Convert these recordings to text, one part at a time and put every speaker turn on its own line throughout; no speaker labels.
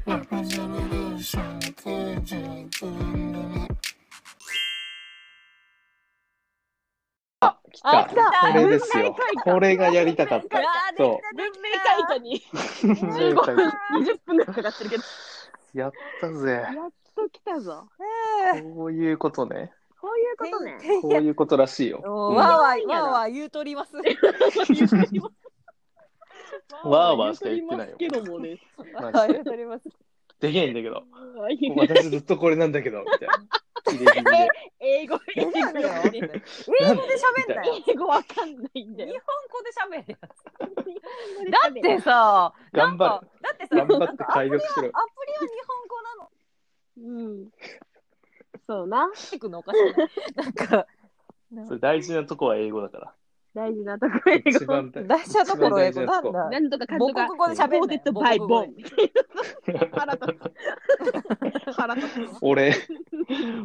ージェネレーション91年組
あ、来た。
あ来た
これです
文明
よ
開。化
これがやりたかった。そ
文明開化に
う。
15分、20分ぐらいかかってるけど、
やったぜ。
やっと来たぞ。
こういうこと ね。
こういうことね。
こういうことらしいよ。
お
うん
わー
わ
わーわーわー言うとります。
ーわーしか言ってないよ
けどもね。
マ
わー言
ジで
うとります。
できないんだけ ど。
はい
私ずっとこれなんだけ ど。みたいな。ギリギリで
英語
英語で喋んなよ。
英語
よ。
英語わかんないん
日
だ
本
よ。
語で喋れよ。だってさ、
頑張
なんかだってさ、
頑張
な
っ
ん
て
か
解読しろ
アプリはアプリは日本語なの。
うん。そうな。
聞くのおかしいね。なんか
それ大事なとこは英語だか
大事なとこ
ら。
英
一
語。
番大事。
大事なところ英語なんだ。
なんとかかんと
母
か
国。語で喋
コー
る
デッ
ね。
ドバイ
母
ボ
国
ン
語。
腹立つ。腹立つわ。
俺、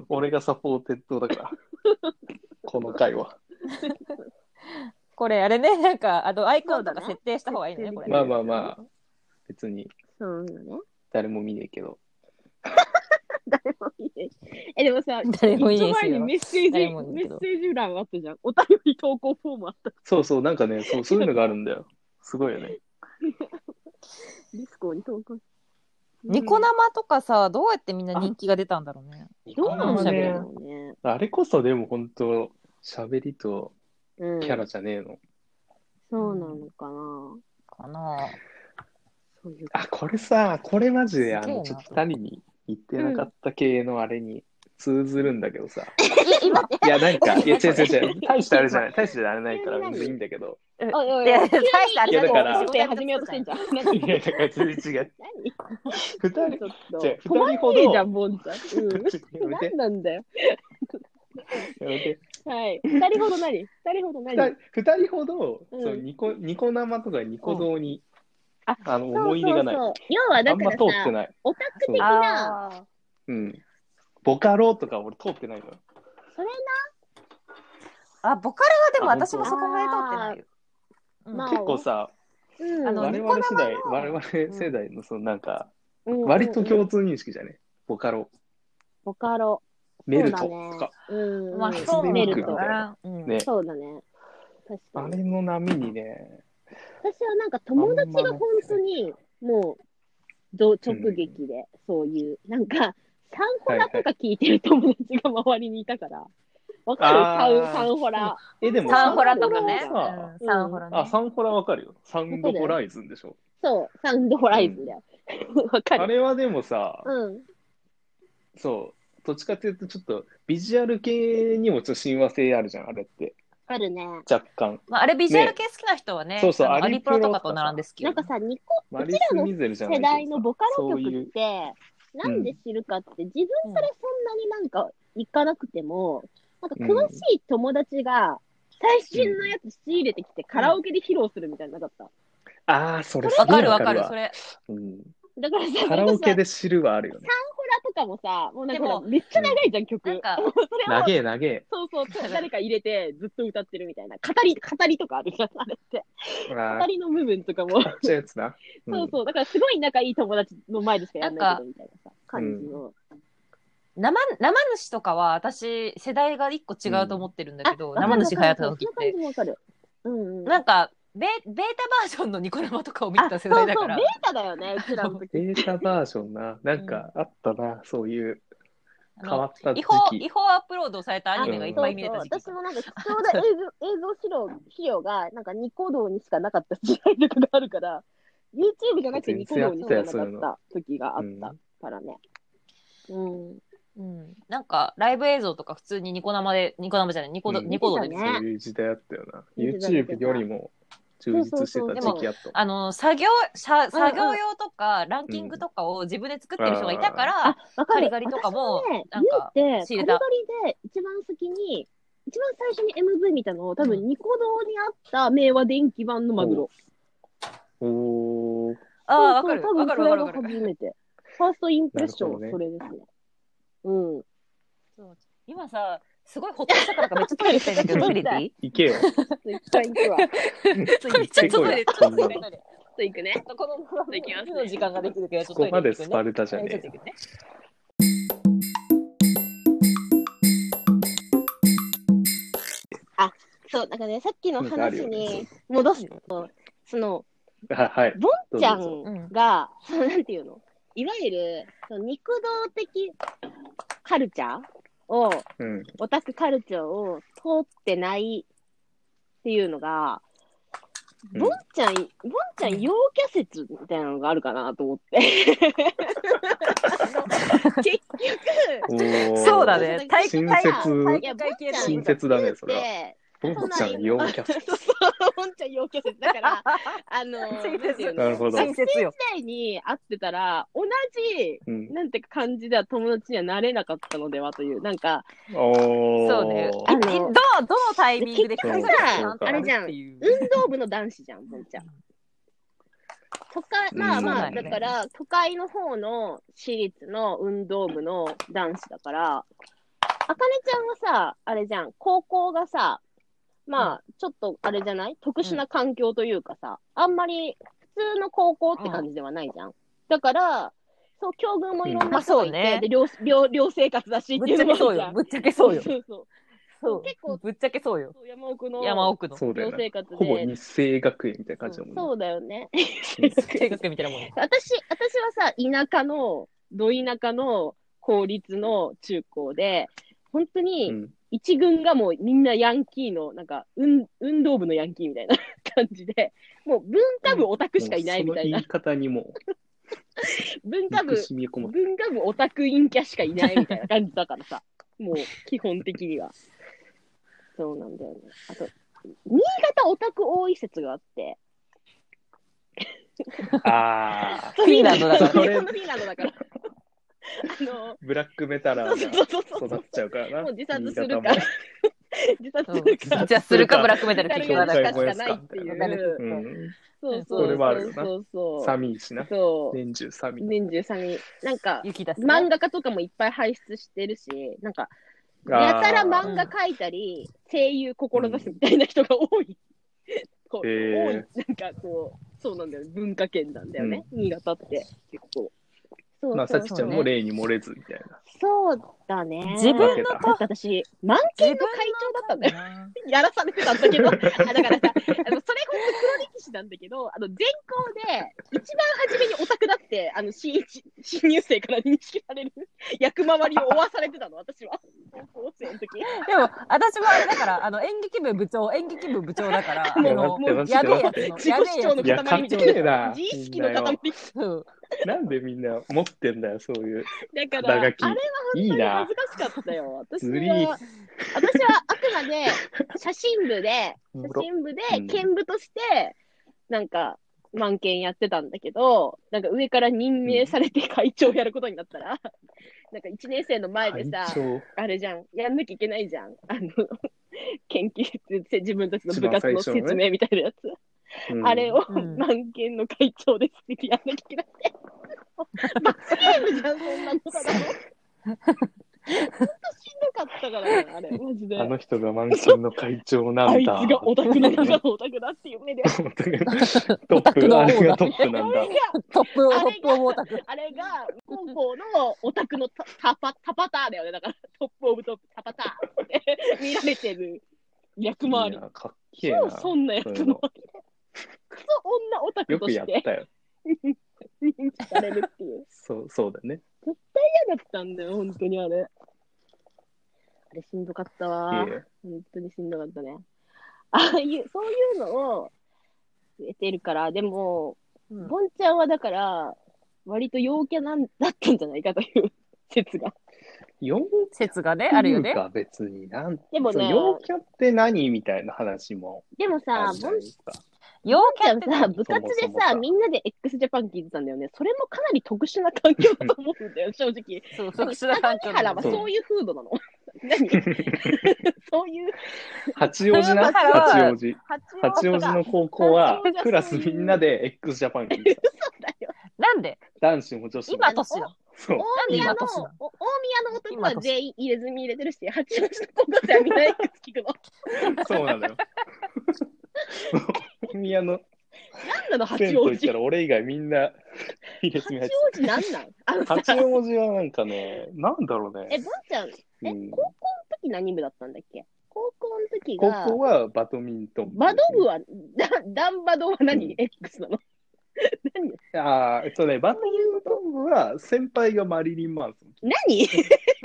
俺がサポーテッドだから。この回は。
これあれね、なんかあのアイコンと
そうだ
か
ね
設定した方がいいのねこれ。
まあまあまあ、別に
そうなのね。
誰も見ねえけど。
誰もいない。え、でもさ、
誰もいない
一
で
応
す
前に
よ
メ。ッセージ、
誰もいな
メ
いけ
ッ
ど
セージ欄あったじゃん。お便り投稿フォームあった。
そうそう、なんかね、そうそういうのがあるんだよ。すごいよね。
ディスコに投稿。
ニコ生とかさ、どうやってみんな人気が出たんだろうね。
どうなんだ
喋
ろうね。
あれこそでも本当喋りと
うん
キャラじゃねえの。
そうなのかな。
かな。
そういう
あこれさこれマジであ
すげえ
の
な
ちょっと二人に言ってなかった系のあれに通ずるんだけどさ。
今、
いやなんかいや違う違う違う大してあれじゃない大してあれないから
何
別にいいんだけど。
おいお
い
いお
や
い、急に
大したあ
れじゃないいやだから
仕事や始めようとしてんじゃん。
いやだから全然違う。二人
何ちょっと。
じゃあ
止まんねえじゃん、ボンちゃん。うん。
やめて
何なんだよ。
やめて
はい。二人ほど何二人ほど何
二人二人ほど、
うん
そうニコニコ生とかニコ動に、
あ
あの思い入れがない。
そうそうそう要は
あ
だ
ん
か
ま
ら
通
さ、
ってない。
オタク的な、
あ
うん。ボカロとか俺通ってないから。
それ
あ。あ、ボカロはでも
あ本当
私もそこまで通ってないよ。うん
まあ
結構さ、
うん
あの
我
ニ
々世
コ生
代、
の
我々世代のそのなんか、
うん
割と
うん
共通認識じゃね。ボカロ、
ボカロ。
メルト
そうだね
とか。
うん。
まあ、
そ
そううなんん
なだ
メ
よ
ル
だ
ト。
な。うん
ね
そうだね。確
あ
か
れ
に。
の波にね、
私はなんか友達が本当に、もう、ど直撃で、そういう、なんか、サンホラとか聞いてる友達が周りにいたから、わかるサ
はいはい
ウサンホラ。
え、でも、
サンホラとかね。
サンホラさ
うんサンホラ
あ、
ね。
サンホラわかるよ。サウンドホライズンでしょ。
そう、サウンドホライズンだよ。わか
あ
る。
れはでもさ、
うん。
そう、どっちかっていうと、ちょっとビジュアル系にもちょっと親和性あるじゃん、あれって。
あるね。
若干。
まあ、あれビジュアル系好きな人はね、
ねそうそう
あの
ア
ア
リ
リ
プ
プ
ロ
ロ
と
と
か
かと並んですけど
なん
ね、
かさ、ニコ
マリス・ミゼルじゃない
世
けどさ
代のボカロ
そうい
曲
う
って、なんで知るかって、自分からそんなになんか行かなくても、なんか詳しい友達が最新のやつ仕入れてきてカラオケで披露するみたいなのなかっ
ああ、それす
わ
ご
か
い
る
わ
わ
か
か
る
る、
わ
そ。れ。
うん
た。だからさ、
カラオケ
で。
で知るはあるよね。
ホラとかもさ、もうなん
で
か
も
めっちゃ長いじゃん、曲。
なんか、
それを
長え長え。
そうそう、誰か入れてずっと歌ってるみたいな。語り、語りとかあるじゃん、あれって。
あ
語りの部分とかも。
あ、ちゃうやつな。うん
そうそう、だからすごい仲いい友達の前でしかやんないけどみたいなさ、感じの。
生生主とかは私、世代が一個違うと思ってるんだけど、
あ
生主流行った時っ
そんな感
て
じ。もわかる。うんうん。
なんかベ、ベータバージョンのニコ生とかを見てた世代だから。
あそうそう、ベータだよね、うちらの時。
データバージョンな。なんかあったな、そういう
あ
変
の
わった
違
時
法違
期。
法アップロードされたアニメがいっぱい見れた時期
そうそう私もなんか貴重な映像映像資料資料がなんかニコ動にしかなかった時代とかがあるから、YouTube じゃなくてニコ動にしかなかった時があったからね。うん。
うん、なんかライブ映像とか普通にニコ生でニコ生じゃないニコド、
うん
ニコ動で、
見てたね
そういう時代あったよな。
見てた見てた
YouTube よりも充実してた時期あった。
あの作業さ
うんうん
作業用とかランキングとかを自分で作ってる人がいたから、
あ、わか
カ
る。
リガリとかも
私ね、
なんか
ユウって、カ
仕
リ
入
ガ
れ
リ
た
で一番先に、一番最初に MV 見たの、多分ニコ動にあった明和電気版のマグロ。
おー。
ああわかる
そう
わ
多
か
分
る
こ
わ
れ
かる
が
わかる
初めて。ファーストインプレッションは
なるほ
それですね。 うん。
そう今さすごいほっとしたからかめっちゃトイレ行きたいんだけどトイレ行っていい
行けよ。
ちょっと一回行くわ。
ちょっとトイレちょっとトイレ
と行くね。
とこのまま
できますね
の時間ができるけど、ちょ
こ
っと
こまで
トイレ
ス
行
パ
くね
ルタじゃね
ちょっ
え
と行くね。
そう、なんかね、さっきの
なんかある
話
よね
に戻すと、その、
よ。あはい。
ボンちゃ
どうぞ
んが、そのなんていうのいわゆる、その肉道的カルチャーを、
うん。
オタクカルチャーを通ってないっていうのが、
うん
ボンちゃん、ボンちゃん陽キャ説みたいなのがあるかなと 思って。結局、
おー
そうだね。体育
新
会
説
いや、ボン
体育会系
ちゃん
新説だねそれは
って
ボンちゃん陽キャス。
そう、ボンちゃん陽キャ説。だから、あの、
新
なんていう
説。
の
なるほど
新説よ。
時代に会ってたら、同じ、
うん。
なんていうか感じでは友達にはなれなかったのではという、なんか、
おー
そうね。
あ
い
の
いどう、どのタイミングで
結
局さあれ
じゃん
っていう
運動部の男子じゃん、ボンちゃん。都会、まあま
う
あ、
んそうだよ
だ
ね
から、都会の方の私立の運動部の男子だから、あかねちゃんはさ、あれじゃん、高校がさ、まあ、ちょっとあれじゃない特殊な環境というかさ、あんまり普通の高校って感じではないじゃん。だから、そう、境遇もいろんな人がい
う
て、
んまあそうね
で寮寮寮生活だしって
ぶ
い
っち
う
ゃ
の
け
もあ
そ
る
う
じゃ
よ。
ん。
ぶっちゃけそうよ。
そうそう
そう
結構
ぶっちゃけそうよ。
そう山奥の
山奥の。
そうだ
寮
よね。
生活で。
ほぼ日清学園みたいな感じだもんね。
そうだよね。
計画みたいなもんよ。
私、私はさ、田舎の、ど田舎の公立の中高で、本当
う
に
ん
一軍がもうみんなヤンキーの、なんか、運運動部のヤンキーみたいな 感じで、もう文化部オタクしかいないみたい
も
な
うその言い、方にも
文
う、
化部
憎、しみがこもって
文化部オタク陰キャしかいないみたいな感じだからさ、もう基本的には。そうなんだよね。あと、新潟オタク多い説があって、
あ
フ
ィンランドだから
フィンランドだから。あの、
ー、ブラックメタラ
そう
ー
そ
が
うそうそう。
育っちゃうからな。
もう自殺す
新
るか
潟も。
自殺
う
す
ん
るか。
じゃあするかブラックメタル
誰
的
が
な
や
だ
る
か
しかないっていう。
なる
うん。
そうそう。
それ
はあるよな
そうそう。
寒いしな。
そう。
年中寒い。
年中寒い。なんか、
雪だすね。
漫画家とかもいっぱい輩出してるし、なんか、やたら漫画描いたり、声優志すみたいな人が多い。こう、
へ
多
ー
い。なんかこう、そうなんだよね。文化圏なんだよね。新潟って、結構。そ
あー
うそうそう
まあ、さきちゃんも例に漏れずみたいな。
そうだね。
自分
の
だって私、満
自
研の会長だったんだよ。
分
やらされてたんだけど、あだからさ、あのそれほんと黒歴史なんだけど、あの全校で一番初めにオタクだって、あの新一新入生から認識される役回りを負わされてたの、私は。高校生の時
でも、私もあれだから、あの、演劇部部長、演劇部部長だから、あ
もう
の、
待って待って
やべえやつの、
自
やべ
己
え
主
やつの
張の
いや、か
塊
っ
み
け
た
え
いな。
な。
自意識の塊
みんなよ。
うん。
なんでみんな持ってんだよ、そういう。
だから、あれ
打楽器
は本当
いい
に
な
恥。ずかしかったよ。私
ずり
は、私はあくまで写真部で、写真部で
うん
剣舞として、なんか、満研やってたんだけど、なんか上から任命されて会長やることになったら、 なんか1年生の前で
会
さ、
長。
あれじゃん、やんなきゃいけないじゃん。あの、 研究室、自分たちの部
一番
活
最
の
初のね
説明みたいなやつ。
うん
あれを
うん
満研の会長ですってやんなきゃいけな くて。罰ゲームじゃん、そんなのただの。ほんとしんどかったからね、あれ、マジで。
あの人が満ンの会長な
あ
ん
いつ
だ。
がオタクの中のオタクだっていう目で。
トップ、あれがトップなんだ。
トップを、
あれ
トッ
が
プをオタク。
あれが、高校のオタクのタタパタパターだよね。だから、トップオブトップ、タパタ ーって見られてる役回
い
り
や。かっけえ
超
な。
そんなやつ
そういう
の
の。
クソ女オタク
よ
と
くや
し
ってたよ。
認知されるっていう。
そう、そうだね。
嫌だったんだよ、本当にあれ。あれしんどかったわ。
いえ
本当にしんどかったね。ああいう、そういうのを得てるから、でも、
うん
ボンちゃんはだから、割と陽キャなんだったんじゃないかという説が。
陽
説がね、
キ
あるよね
ャ。が別になん
でも
そう
ね、
陽キャって何みたいな話も
でも
あ
さ、
るじ
ボ
ゃ
ン
ない
ち
ですか。
陽キ
ゃ
ャっ
ん
て
さ、
何
部活で
そもそも
さ、
さ
みんなで x ジャパン聞いてたんだよね。それもかなり特殊な環境だと思うんだよ、正直。
そう、特殊な環境
相模原は
そう
そういう風土なの何 そういう
八王子な、
だから
八王子。
八
八王子の高校は、クラスみんなで x ジャパン来 てた
だよ。
なんで
男子も女子も。
今年だ。
そう。
大宮の、お大宮の男は全員入れ墨入れてるし、八王子の高校生はみんな X 聞くの。
そうなのよ。大宮の
なんなの、
銭
八
湯
王
行っ
子
た。ら俺以外みんな入れ墨入
八
って
王子なんなんあ の
た。
さ、
八王子はなんかね、なんだろうね。
え、ボンちゃん、え、
うん
高校の時何部だったんだっけ高校の時
高
が、
校はバドミントン、
バド部は、ダダンバドは
う
何
ん
?X なの何
ああ、えっとね、バドミントン部は先輩がマリリン・マンソン。
何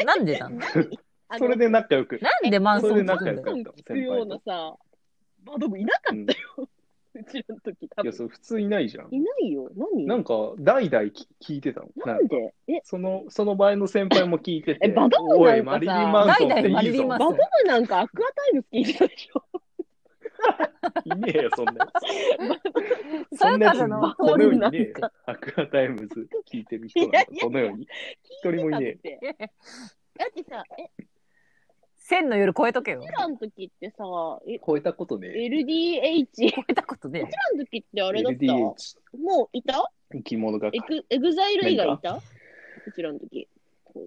なんでなの
何あの
それで仲良く。
なんでマン
そ
ソン
れで
聞くんだ
仲良か
よ。
っ
聞
た
くような
の。
さ、バド部いなかったよ。 うちらの時多
いや、
分。
そう、普通いないじゃん。
いないよ。何
なんか、代々き聞いてたの。
な
なん
んでえ、
その、その場合の先輩も聞いてて。
えバド部
お
なんか
い、マ
さ
リリン・マンソンって
代々マ
い
リ
い
リン
ぞ
マン
バ
ソン。
ド部なんかアクアタイム好きじゃないでしょ。
いねえよ、そんなや つ。
そ
そ
うんい
な
う
や
か
つ、
その、
この世にねえよ。アクアタイムズ聞いてる人なんか
いやいやいや
この世に。一人もいねえよ
聞てたってだってさ、え、
千の夜超えとけよ。
僕らの時ってさ、え、
超えたことね
LDH、
超
僕
えたことね。
らの時ってあ
え。
れだった
LDH、
もういた
生き物が
エ。グエグザイル以外いたうちらの時。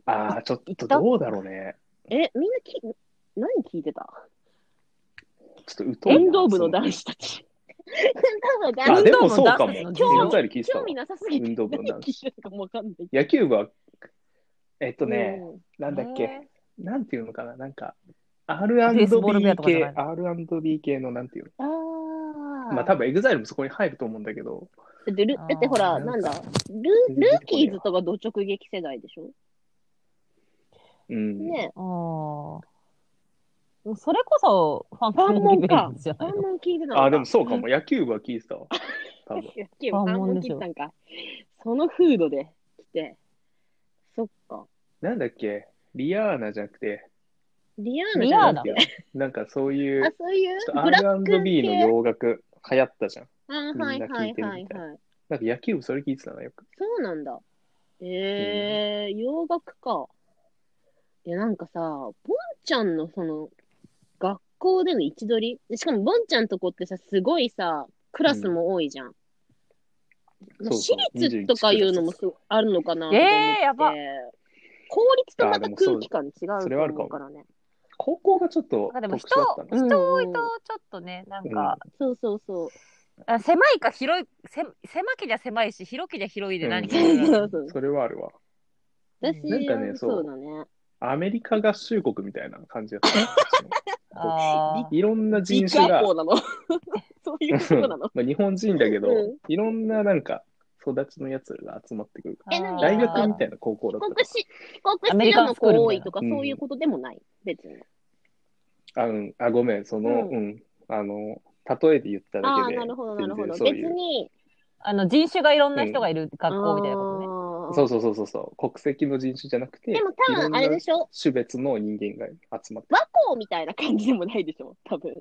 ああ、ちょっとどうだろうね。
え、みんなき、何聞いてた
ちょっと疎いな。
運動部の男子た ち。運動部の
あ、
男
でもそうかも。
運動部の男子
自分たり聞い
子
てた
興
わ
味。なさすぎて。
運動部の
何
男
聞い
子。
てたかもわかんないけ
野球部は、えっと
ど。
ね、
うん
なんだっ
へ
け、
え
なんていうのかな、なんか、
ベースボールベアと
R&B
かじゃな
系
い、
R&B 系のなんていう
あ
の、
あ。
まあ多分 EXILE もそこに入ると思うんだけど、
だってル、だってほ
あ
ら、
ー
なんだ、ル
全然出てこない
ル
わ
ーキーズとかド直撃世代でしょ
うん。
ね
ああ。もうそれこそ、ファン
ファンモンか
モンじゃ
え。
な
あ
い
んま聞いてたのか
あ、でもそうかも、野球部は聞いてたわ。多分。
野球部3
あもう
問
で
切
しょ
ったんか。その風土で来て。そっか。
なんだっけ、リアーナじゃなくて、
リアーナ
リ
じ
ア
ゃ
ーナ
な
ない
んていうのなんかそうい
あ
う、、
そういう
ちょっ
ブラッ
と
ク
R&B の
系
洋楽流行ったじゃん。
あはい
みん
はい
な
は
聞
い
いてるみたい
はい。
なんか野球部それ聞いてたな、よく。
そうなんだ。えー、洋楽か。いや、なんかさ、ボンちゃんのその、学校での位置取りでしかもボンちゃんとこってさ、すごいさ、クラスも多いじゃん。まあ
そうそう
私立とかいうのもすごあるのかなと思って。
えーやば
公立とまた空気感違う
あーでもそうそ
と
れはあるか
思
も
うからね。
高校がちょっと
なんかでも
特
人
殊だった
う
な。
ん
人多いとちょっとねなんか、
そうそうそう。
あ狭いか広いせ狭きりゃ狭いし広きりゃ広いで 何か、
う
そうそう。
それはあるわ。
私
なんかね
は
そう
そうだね。
アメリカ合衆国みたいな感じだった。
あー
いろんな人
ビッグ
種
ア
が
ッ、プなの。 そう いうことなの。
まあ日本人だけど、
うん
いろんななんか育ちのやつが集まってくるから
え何
大
あー
学みたいな高校だ
帰
ったか
国し、帰国
アメリ
してる
カ
の
ンスクールみ
子多
たい
い
な
とか、
うん
そういうことでもない、別に。
らあ、うん、あごめんその、
う
うんあの例えで言っただ
ああ、
けで
なるほど、なるほど。
全然
別
そういう
に、
あの人種がいろんな人がいる学校みたいなことね、
こ
そうそうそうそうそう国籍の人種じゃなくて
でも
いろ
多
ん
分、
な
あれでしょ
種別の人間が集まって
和光みたいな感じでもないでしょ多分。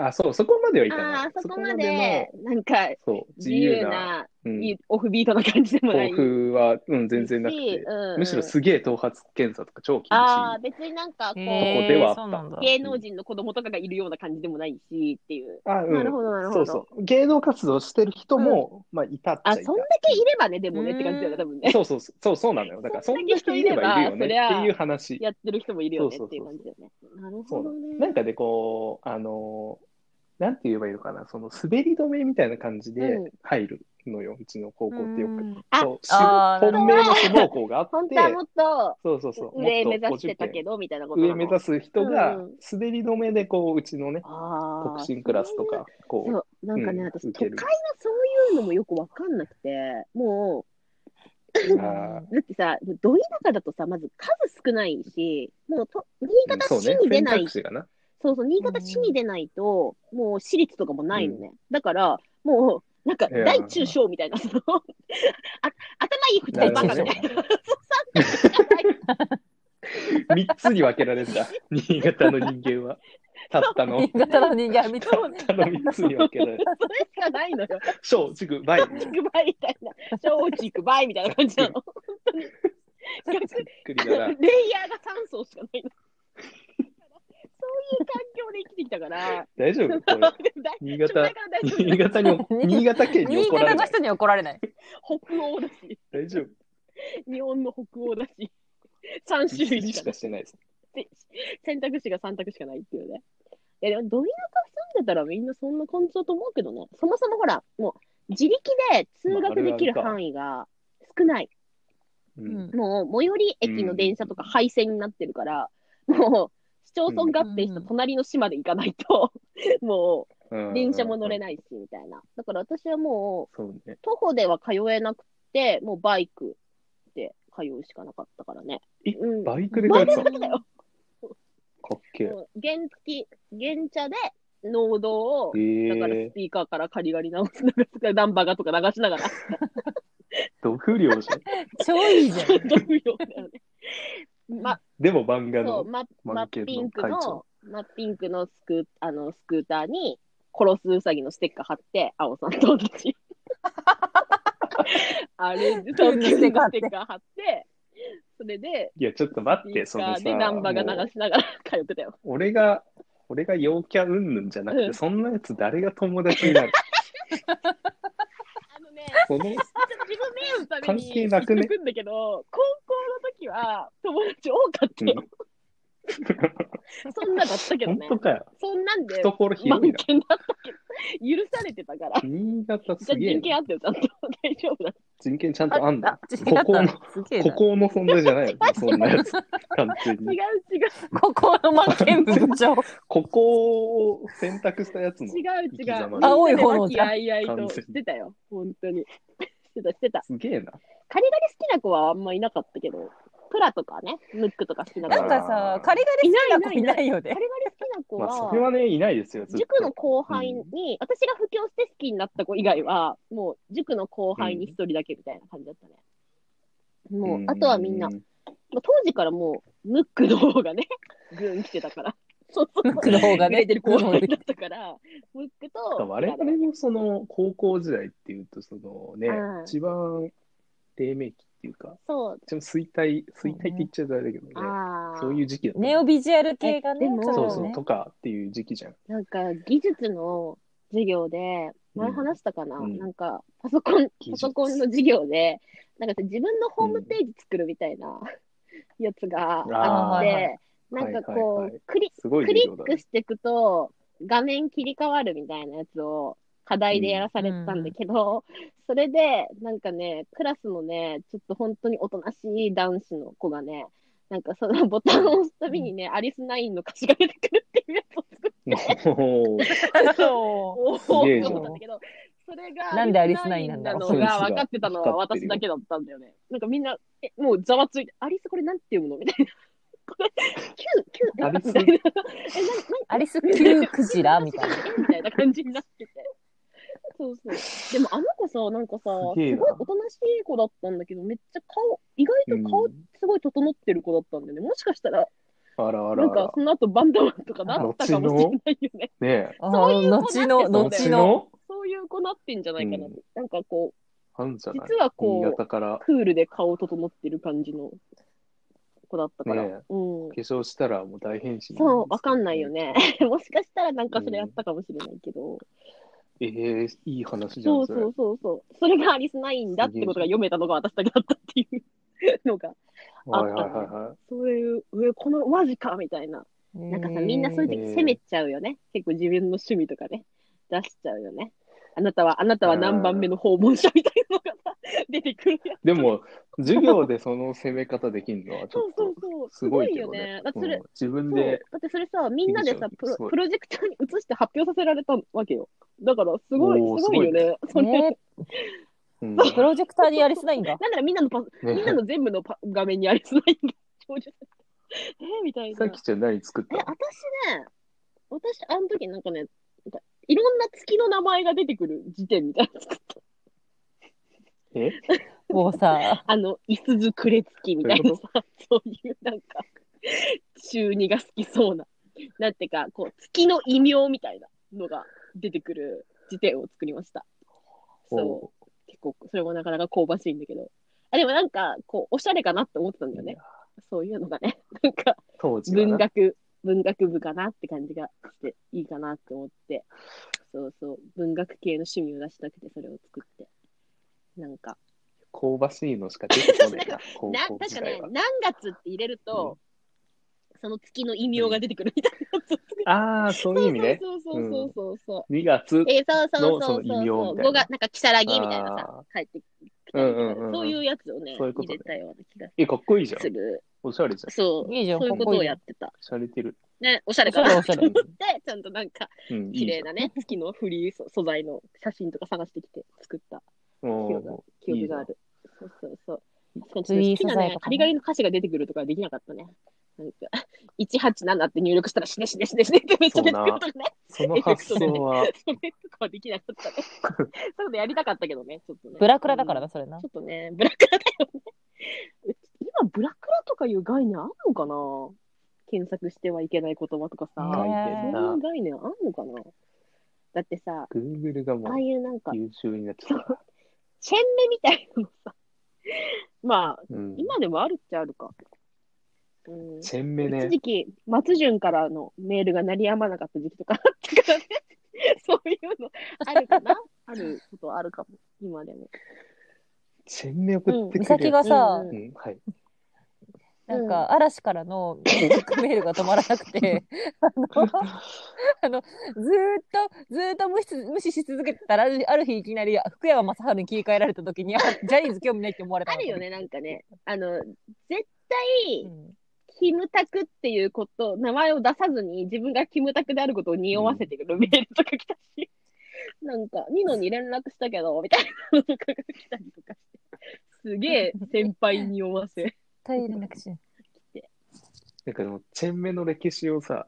あそうそこまではいかない
ああ、そこまで、なんか、
そこまでのそう
自
自由
由
な
な、
うん
いいオフビートな感じでもない
豆。腐は、うん、全然なく
し
て、
うんうん
むしろすげえ頭髪検査とか超厳しい
ああ、別になんか、こ
へ
こ
ー
こではあった
そうなんだ
芸能人の子供とかがいるような感じでもないし、っていう。
あうん
なるほど、なるほ
そ
ど。
うそう芸能活動してる人も、まあいたっちゃ
あ、
いた
そんだけいればね、でもね、って感じだよね、多分ね。
そうそうそうそうそうなのよ。だから
そ
そ
ん
んな
だけ人
人
い
い
れ
れ
ば
ばいるよね
そりゃ
っていう話。
やってる人もいるよね、
そう
っていう
そう
感
そう
じだよね。なる
そ
ほ
うな
ど
の
ね。
なんかでこうあのーなんて言えばいいのかなその滑り止めみたいな感じで
うん
入るのよ、うちの高校ってよく。
あ
そう志
あー
望本命の志望校があっ
本
て
当はもっと
そうそうそう
上
も
目
っ
指
と
してたけど、みたいなことな
上
の
目指す人が
うんうん
滑り止めでこううちのね
あー
特進クラスとかこ
そういう
う
そう、なんかね、
うん
私、
受
都
ける
会のそういうのもよくわかんなくて、も
あ
う、だってさ、ど田舎だとさ、まず数少ないし、もうと、新
ーうん
潟
そう
市
ね
に出
選
ない、
択肢がな
そうそう、新潟市に出ないと、もう私立とかもないのね。だから、もう、なんか、
いやー
大中小みたいな、その、あ頭いい 二人ばかり
なる
ね。そう三人しかない
三つに分けられるん だ新潟の人間はたったの
新潟の人間は見た
たったの三つに分けられる
それしかないのよ。
小畜倍
行くばいみたいな。小地行くばいみたいな感じなの。本当に。
クリだな
レイヤーが3層しかないの。そういう環境で生きてきたから、
大丈夫これ新
初回
潟
から大丈夫
新潟に新潟県に
新
怒
潟
ら
の
れない
人に怒られない
北欧だし、
大丈夫
日本の北欧だし、3種類
一
し
し
かな
か
い。
してないです
選択肢が3択しかないっていうね。いやでも、ど田舎んでたらみんなそんな感じだと思うけどね。そもそもほら、もう自力で通学できる
まああるあるか
範囲が少ない。
うん。
もう最寄り駅の電車とか廃線になってるから、もう市町村合併した隣の島で行かないと、 も
うん
う電車も乗れ
い。
ないし、みたいな。だから私はもう
そうね。
徒歩では通えなくて、もうバイクで通うしかなかったからね。
え
うん、
バイクで帰ってた。か
だけだよ。
っけえ。
もう原付き、原茶で農道を、
え
だから
え
スピーカーからカリガリ直しながら、ナンバーがとか流しな がら、
毒量じゃん。
超いいじゃん。
どうようだよね。ま、
でも漫画
そ
の。
う、ま、
マ
マ
ッケ
ッ
ンの
ピンク
会長
の、マッピンクのスクあのスクーターに、殺すウサギのステッカー貼って、青さんと 私。あれ、東京のステッカー貼って、それで、
いや、ちょっと待
ス
っ
ピ
て、
ー
そ
カ
の
ーでナ
さ、
ンバー
も
が
う
流しながら 通ってたよ。
俺が、俺が陽キャうんぬんじゃなく
う
て、
ん
そんなやつ誰が友達にな る
あのね、
その、
ちょっと自分名誉のために
関係なくね
言っとくんだけど、高校の時は友達多かったよ。そんなだったけど
本
ね
当。かよ。
そんなんで、
懐
満
広いな。
点だったけど、許されてたから。
新潟
じゃ
す
あ
げえ
人
な。
権あったよ、ちゃんと。大丈夫だ。
人権ちゃんとあんだ。
違
ここの
った。すげえ
こ
な。
この存在じゃ ないよ、そんなやつ。完全
違う
に。
違う
ここのマケン部 長。
ここを選択したやつの
違。う
生き
違う。
様
青い炎
みん
じ
な
ゃん
で和気あいあい
完全
と
に
してたよ、本当に。してた、してた。
すげえな。
カリガリ好きな子はあんまいなかったけど、プラとかね、ムックとか好きな子
な
は。
ん
カ
かさ、カリガリ好きな子いないよ
リガ
ね。
リ好きな子
まあ、
は
それ、はね、いないですよ、ずっと
塾の後輩に、私が布教して好きになった子以外は、もう塾の後輩に一人だけみたいな感じだったね。もう、あとはみんな、
う
まあ、当時からもう、ムックの方がね、軍来てたから。そうそうそう
ムックの方がね
売れてる後輩だったから、ムックと、
我々もその高校時代っていうとそのね、
うん
一番黎明期っていうか
そう、
一番衰退衰退って言っちゃうとあれだけどね
ああ、
そういう時期だった
ネオビジュアル系がね、
えでも
ちょっと
そう
ね
そうとかっていう時期じゃん
なんか技術の授業で、前話したかな、
うん
なんかパソコン、
技術
パソコンの授業で、なんかさ自分のホームページ作るみたいなやつがあっ
あーはいは
て、なんか
はい
こ
はいは
う、クリ
すごい
クリ
授業
ッ
だ
ク
ね
していくと、画面切り替わるみたいなやつを課題でやらされてたんだけど、それで、なんかね、クラスのね、ちょっと本当におとなしい男子の子がね、なんかそのボタンを押すたびにね、アリスナインの歌詞が出てくるっていうやつを作っ て
もう
そう
おお
すげえ
ー
じゃ
と
ん
思ったんだけど、それが
なんでアリスナインなんだろ
の
う
が分かってたのは私だけだったんだよね。なんかみんな、え、もうざわついて、アリスこれなんて読むのみたいな。これ、キュー、キュー、
アリス
みたいな。え、
アリス級クジラみたいな。
な、みたいな感じになってて。そうそう。でもあの子さ、なんかさ、
すげえ
す
な
ごいおとなしい子だったんだけど、めっちゃ顔、意外と顔
うん
すごい整ってる子だったんだよね。もしかしたら、
あらあら
な
あら
んかその後バンドマンとかなったかもしれないよね。
ねえ
あ
そう
ー
いう子
後の、
なんて
後
後
の。
の
そういう子なってんじゃないかな。
うん
なんかこ
あんじ
う、
ゃない
実はこ
新
う、
潟から
クールで顔整ってる感じの子だったから。
ねえ
うん
化。粧したらもう大変身
そう、わかんないよね。 もしかしたらなんかそれやったかもしれないけど。
ええいい話じゃ
そ
ん
う
それ
そうそうそう。それがアリスないんだってことが読めたのが私だけだったっていうのが。
はいはいはいはい
そういう、上、このマジかみたいな。なんかさ、みんなそういう時
へえ
責めちゃうよね。結構自分の趣味とかね、出しちゃうよね。あなたは、あなたは何番目の訪問者みたいなのがさ、出てくるやつ
でも授業でその攻め方できるのはち
そ
ょ
う
っ
そう
と
そう。
すごいけど
す
ね
だっ。てそれ、
うん自分
そうだ
で、
ってそれさ、みんなでさ
いいでしょ
プロ
すごい
プロジェクターに映して発表させられたわけよ。だから、すごい、
おー
すごいよね。それ
ね
うん
プロジェクターにアリスないんだ。
なんならみんなのパス、みんな
ね
の全部のパ画面にありそうないんだ。表示されてえーみたい
さっ
な。
きちゃん何作っ
え、
たの
私ね、私、あの時なんかね、なんかいろんな月の名前が出てくる時点みたいなの作った。
え
もうさ、
あの、いすずくれ月みたいなさ、そういうなんか、中二が好きそうな、なんていうか、こう、月の異名みたいなのが出てくる辞典を作りました。そう。
お
結構、それもなかなか香ばしいんだけど。あ、でもなんか、こう、おしゃれかなって思ってたんだよ
い
ね
や。
そういうのがね。なんか、
当時は
文
な
学、文学部かなって感じがして、いいかなって思って。そうそう。文学系の趣味を出したくて、それを作って。なんか、
香ばしいのしか出てこないな、高
な
校
確
時
かね
代は、。
何月って入れると、その月の異名が出てくるみたいな
あ
やつ。
あ、そういう意味ね。
そうそうそうそうそう。
2月。
えー、そうそうそう
のその異名
そう。
みたいな
5月、なんか、キサラギみたいなさ、帰ってきたりとか
うんうんうんうん
そういうやつをね、
そういうことね
入れたような気が
え、かっこいいじゃん
す。る。
おしゃれじゃん。
そう。
いいじゃん
そういうこ
かっこといい
を
じゃ
や
ん
ってた。
しゃれてる。
ね、おしゃれ
おし
か
ゃれ
な
お
っ
しゃ
て
れ。
ちゃんとなんか、
うん、い
綺
いじゃ
麗
ん。
な ね、月のフリー素素材の写真とか探してきて作った記憶が
お
記憶がある。そうそうそう。確かにちょっ
フリー素材と
と好きな
か
ね
ね、
カリガリの歌詞が出てくるとかできなかったね。なんか、187って入力したら死ね死ね死ね死ねってめっちゃ出てくるとかね。
ーその発想は、
それとかはできなかったね。そういうのやりたかったけどね、ちょっとね。
ブラクラだから
う
な、
ん
それな
ちょ。っとね、ブラクラだよね。うち今、ブラクラとかいう概念あんのかな検索してはいけない言葉とかさ、
書い
ね
そう
てん
い
な
う。概念あんのかなだってさ、
Google がも
ああいうなんか
う、優秀になっちゃった。
チェンメみたいなのさ、 まあ、
うん。
今でもあるっちゃあるか。うん、
チェンメ
一
ね。
時期、松潤からのメールが鳴りやまなかった時期とかあったからね。 そういうのある かなあることあるかも、今でも。
チェンメ送って
美
くる
咲
や
が
つ。
さ
うん、
うん、はい。
なんか、嵐からの 連絡メールが止まらなくて、あの、 あのずーっと、ずーっと無視無視し続けてたら、ある日いきなり福山雅治に切り替えられた時に、あ、ジャニーズ興味ないって思われた
あ
の
るよね、なんかね。あの、絶
う
対、
ん
キムタクっていうこと、名前を出さずに自分がキムタクであることを匂わせてくるメールとか来たし、 なんか、ニノに連絡したけど、みたいなのとかが来たりとかして、すげえ先輩に匂わせ。
絶対連絡しない。
なんかでも、チェンメの歴史をさ、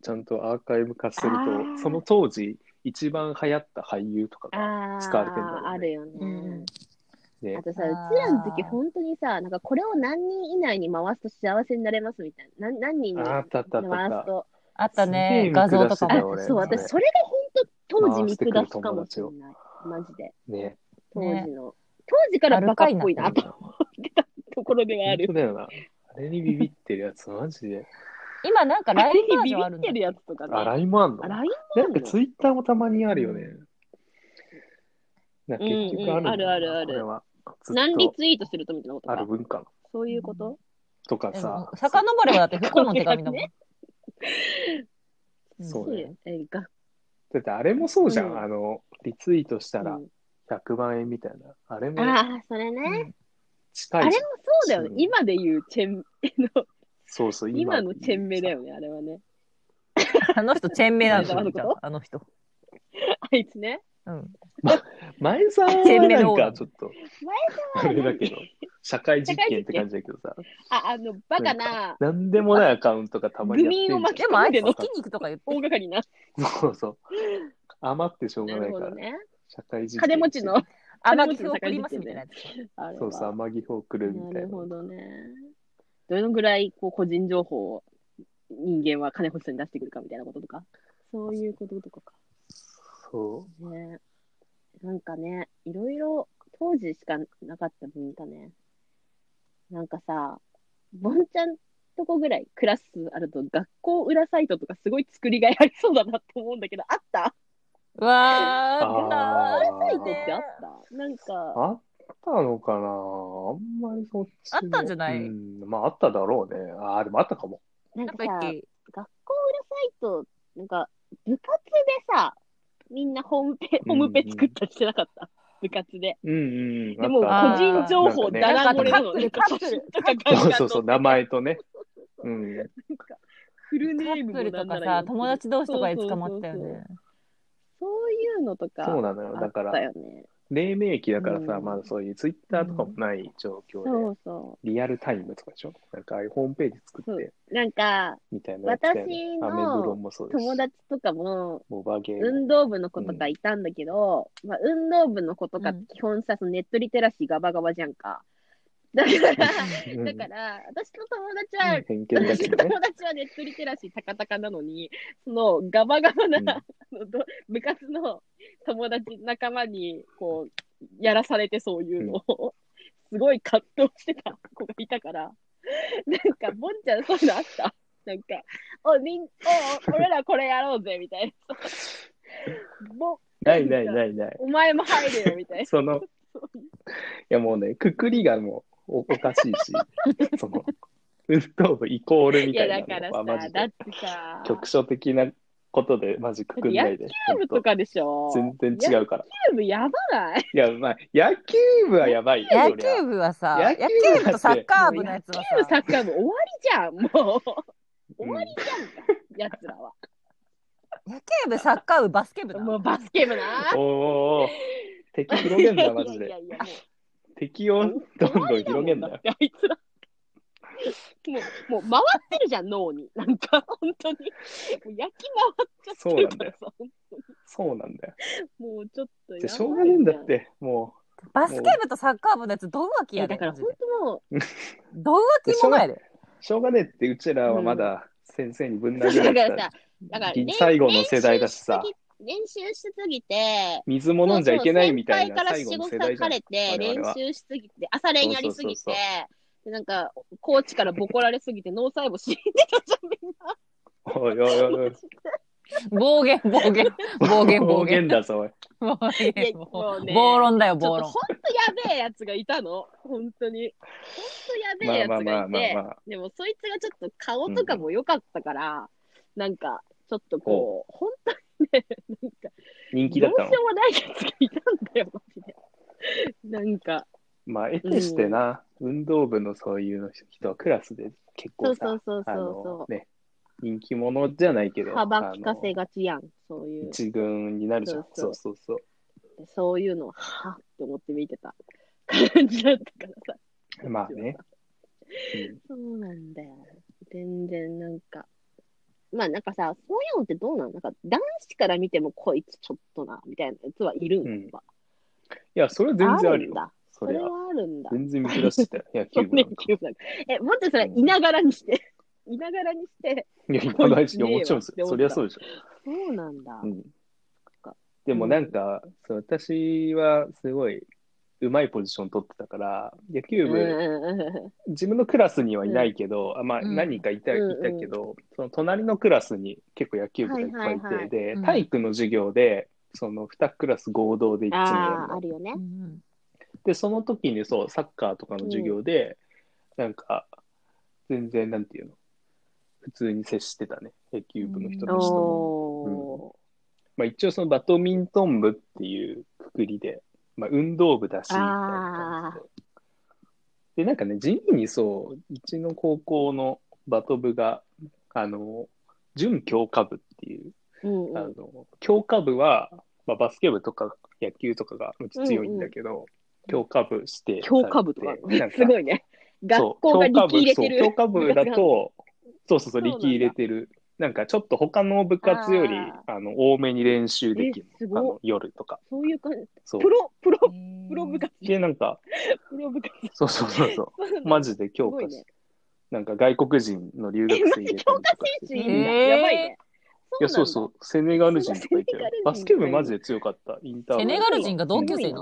ちゃんとアーカイブ化する
あー
と、その当時、一番流行った俳優とかが、
あ
使われてんだろうね
あるよね。
うん
ね
あ、とさ、
あ
う
ー
ちらの時本当にさ、なんかこれを何人以内に回すと幸せになれますみたいな。な何人に
ああっ
回
たあったあったあっ
す
た。
と。
あったね、画像とか
すげえ見下してた
あ
よ
も。
俺
そう、
それ
私、それが本当当時見下すかもしれない。マジで。
ね。
当時
ね
の。当時からバカっぽいな
本
と思ってたところではある
当。だよな。あれにビビってるやつ、マジで。
今なんか
あ
LINE
れに
バー
ビ
ジョ
ビ
ンある
っ
んだ
てるやつとかね。
あ、
あ
LINE もあんの
ライン
なんかツイッターもたまにあるよね。なんか結局あるんだよな
うんうんあるあるある
これは。ずっと
何リツイートするとみたいなこと
あ
か
る。文化
そういうこと
とか
うん
さ。
遡ればだって不幸の手紙 だもん。
そうね
よえー、が
だってあれもそうじゃ。
うんん
あの、リツイートしたら
うん
100万円みたいな。あれも
ああ、それ
う
ね。
ん
あ
近
れ
い
も
じ
そ
ゃん。
うだよね
う。ん
今で言うチェン、
そうそう、
今のチェンメだ
よ。
よね、あれはね。
あの人、チェンメなんだ
あ
よ
の、
じ
人
ゃああの人。
あいつね。
うん。
前さんは
チェンメ
な
の
ん
王だ
かちょっと、
前
あ
澤は
れ
何
だけど、社会実験って感じだけど さ、
あ、あの、バカな、
なんでもないアカウントがたまにやってんじゃ
愚民を
ん
巻き
でもあいつ
なんでの
筋肉とか言って
大掛かりな。
そうそう。余ってしょう
な
がな
る
いか
ほ
ら、
どね。
社会人。
金持ちの。。
甘木を送りますみたいなやつ。
あれは
そうそう、天城を送るみた
ないる
な。
ほどね。どのぐらいこう個人情報を人間は金欲しさに出してくるかみたいなこととか、そういうこととかか。
そ
ね、なんかね、いろいろ当時しかなかった文化ね。なんかさ、ボンちゃんとこぐらいクラスあると学校裏サイトとかすごい作りがいありそうだなと思うんだけど、あった
うわー、出
あー
た
裏サイト
ー
ってあったなん
う。
か、
あったのかなあんまりそっちも。
あったんじゃない
うん、まああっただろうね。ああ、でもあったかも。
なん
な
か
ん
さ
か一気
学校裏サイト、なんか、部活でさ、みんなホームペ、
うん
ホームペ作ったりしてなかった。部活で。
うんうん。
でも、個
あった
人情報
ね
だら漏れなの
な
ね。
んかあったカップル
とか
あった
ガン
そう
ガン
そうそう、名前とね。
う
うん。
フルネ
カ
ーム
ップルと
もなん
か
な
らさ
よ、く
友達同士とかで捕まってたよ
そうそう
ね。
そういうのとか。
そうなのよ。だか
あった
ら、
よね。
黎明期だからさ、
うん
まだそういうツイッターとかもない状況で、
そうそ
リアルタイムとかでしょなんかああいうホームページ作って、
う。なんか、
みたいなやつだよね
私の
アメブロもそうです
友達とかも、
モバゲーム。
運動部の子とかいたんだけど、まあ、運動部の子とか
うん
基本さ、そのネットリテラシーガバガバじゃんか。だから、だから、私の友達は、
偏見だ
私
け
の
どね。
友達はネットリテラシー高々なのに、そのガバガバな、
うん
あのど部活の友達、仲間に、こう、やらされてそういうのを、すごい葛藤してた子がいたから、なんか、ボンちゃんそういうのあったなんか、お、みん、お、俺らこれやろうぜ、みたいな。ぼ
ないないない ない。
お前も入れよ、みたいな。
その、いやもうね、くくりがもうおおかしいし、その、運動部イコール
い
みた
や
いな
だから
のはマジ
さ、だっ
で
てさ、
局所的なことでマジくくんないで。
野球部とかでしょ
ほんと全然違うから。
野球部やばない
いや、まあ、野球部はやばいよ。
野
そりゃ
球部はさ、
野
野
球部は
球部とサッカー部のやつは
野球部サ
さ、
ッカー部終わりじゃん、もう。終わりじゃんか、やつらは。
野球部、サッカー部、バスケ部な
もうバスケ部な。
おーおーおー敵広げんだよ、マジ
いや
で。
いやいやもう
敵をどんどん広げんだ
だっ
よ。
てあいつら。もう、もう回ってるじゃん、脳に。なんか、本当に。もう焼き回っちゃってるからさ。
そうなんだよ。
もうちょっとやば
じ
いじ
ゃ
ゃ
あしょうがねえんだっ。て、も
バスケ部とサッカー部のやつ、ど浮気
いや、
やで
だ。から
マ
本
ジで
当も
ど浮気もないで。
う、しょうがねえって、うちらはまだ先生にぶん
う、
殴
だ
ら
か
れ
ら
た
さ、だから練
最後の世代だしさ、
練習しすぎて、
水も飲んじゃいけないみたい
そ
な
うそう
最
先
後
輩
の世
から
代
仕事
じゃ
か
ん。我
れて、練
々は
習しすぎて、朝練やりすぎて
そうそうそうそう、
でなんか、コーチからボコられすぎて、脳細胞死んでたじゃん、みんな。
おいおいおいおい。
暴言、暴言、暴言、暴言。
だぞ、おい。
暴
い
言
やも
暴
うね
暴論だよ、
ちょ
暴
っと
論
ほ。んとやべえやつがいたの、本当に。ほんとやべえやつがいて、でもそいつがちょっと顔とかも良かったから、なんか、ちょっとこう、ほんとにね、なんか、
人気だ
ど
っ
う
たの
しよ。うもないやつがいたんだよ、マジで。なんか、
まあ、得てしてな、運動部のそういう人はクラスで結
そ
構
う
さ、
そうそう
あ
そ
の
う
ね、人気者じゃないけ
そ
ど、
う。幅利かせがちやん、そう
あ
い
の
う。
一軍になるじゃん。そ
そうう
そうそう。
そういうのは、はぁって思って見てた 感じだったからさ。
まあね。
そうなんだよ。全然なんか。まあなんかさ、そういうのってどうなんなんか男子から見てもこいつちょっとな、みたいなやつはいるんだ。
うんいや、それは全然ある
ん
よ。
だ。そ
そりゃ。
れはあるんだ。
全然見下してたよ、野
そ
球
う
部な
ね
んか。
急なんかえ、もっとそれ、いながらにして。いながらにして。
いや、いかないし、いや
ねえわ
もちろんですよ
って思
そ
った
りゃそうでしょ。
そうなんだ。
うんでもなんか、そう私はすごい、うまいポジション取ってたから、野球
うんう
部、
んう
自分のクラスにはいないけど、あまあ、
うん
何人かいた,、
うん
いたけど、その隣のクラスに結構野球部がいっぱいいて、
はいはいはい
で
うん
体育の授業で、その2クラス合同でいつ
ん。
もや
あ
る
あ、あ
の。
るよね
う。ん
で、その時にそう、サッカーとかの授業で、なんか、全然、なんていうの、普通に接してたね、野球部の人たちと。
おー。
まあ、一応、そのバドミントン部っていうくくりで、まあ、運動部だし、みたいな感じで。で、なんかね、地味にそう、うちの高校のバト部が、あの、準強化部っていう、
うんうん
あの、強化部は、まあ、バスケ部とか野球とかがうち強いんだけど、強化部して、
強化部とか
なん。
すごいね。
そう
学校が力入れてる。
強化部そう強化部だと、そうそうそう、
そうなんだ
力入れてる。なんかちょっと他の部活より
あ
あの多めに練習できる
えす
あ
ごい
の夜とか。
そういう感じ。
そう
プロ、プロ、
うん
プロ部活、
で、なん か、
プロ部活。
そうそうそうそ
そうなん
う、
だ
マジで強化し、
すごいね
なんか外国人の留学生入れたりとかして。
選手い
い
るんだ
えー
やばいね。
や、そう
う
そう、セネガル人とかいた
セ
よ
ネガル。人
バスケ部マジで強かった、インター
セネガル人が同
なんだ。
級生に。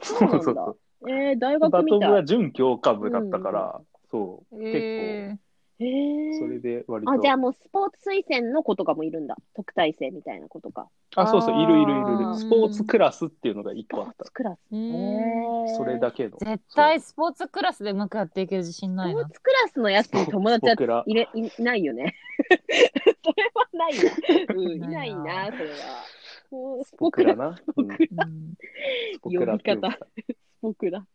そうなんだ。
そうそう
えー、大
バト
学み
部
たい
は。準強化部だったから、そう、結
え
え
構、そ
ー、
れで割と。
あ、じゃあもうスポーツ推薦の子とかもいるんだ。特待生みたいな子とか。
あ、そうそう、いるいるいるい
あー
る。スポーツクラスっていうのが一
スポ
個あ
ー
った
ツ。クラス。
ー
え
それだけの。
絶対スポーツクラスでうまくやっていける自信ない
スポ
な
ー。ツクラスのやつに友達は
僕ら
いれいいない よね。それはないな。うん、いないな、それは。もうスポ
僕
クラ
ら、な。
僕
う
ら
ん
スポクラって呼んでた
呼びスポクラ。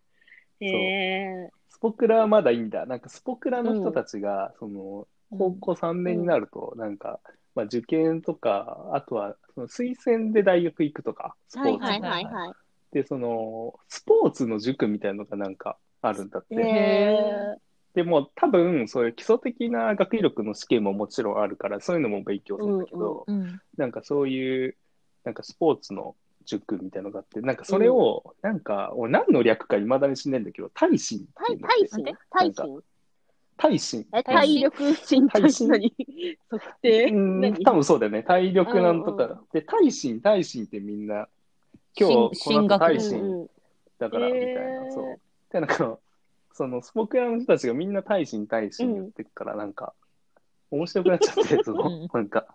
へえ
スポクラはまだいいんだ。なんかスポクラの人たちが、その、高校3年になると、なんか、まあ、受験とか、あとは、その推薦で大学行くとか、スポー
は
ツ
い
の。
はいはいはい。
で、その、スポーツの塾みたいのがなんかあるんだって。
へえ
でも、多分、そういう基礎的な学力の試験ももちろんあるから、そういうのも勉強するんだけど、
うんう
うん
なんかそういう、なんかスポーツの塾みたいのがあって、なんかそれを、なんか、俺何の略かいまだに知んないんだけど、耐震って
体
いうのってな
身
ん
体
か
身
耐震。
耐
え、体
震
力身体
耐震
何測定
うん
何
多分そうだよね。体力なんとか。
うんう
で、耐震、耐震ってみんな、今日、こ
進
の
進
後
学
耐
分
震
うんうん
だから、みたい
へ
な。
ー
そう。で、なんか、その、スポクラの人たちがみんな耐震、耐震言ってくから、なんか、面白くなっちゃって、その、なんか、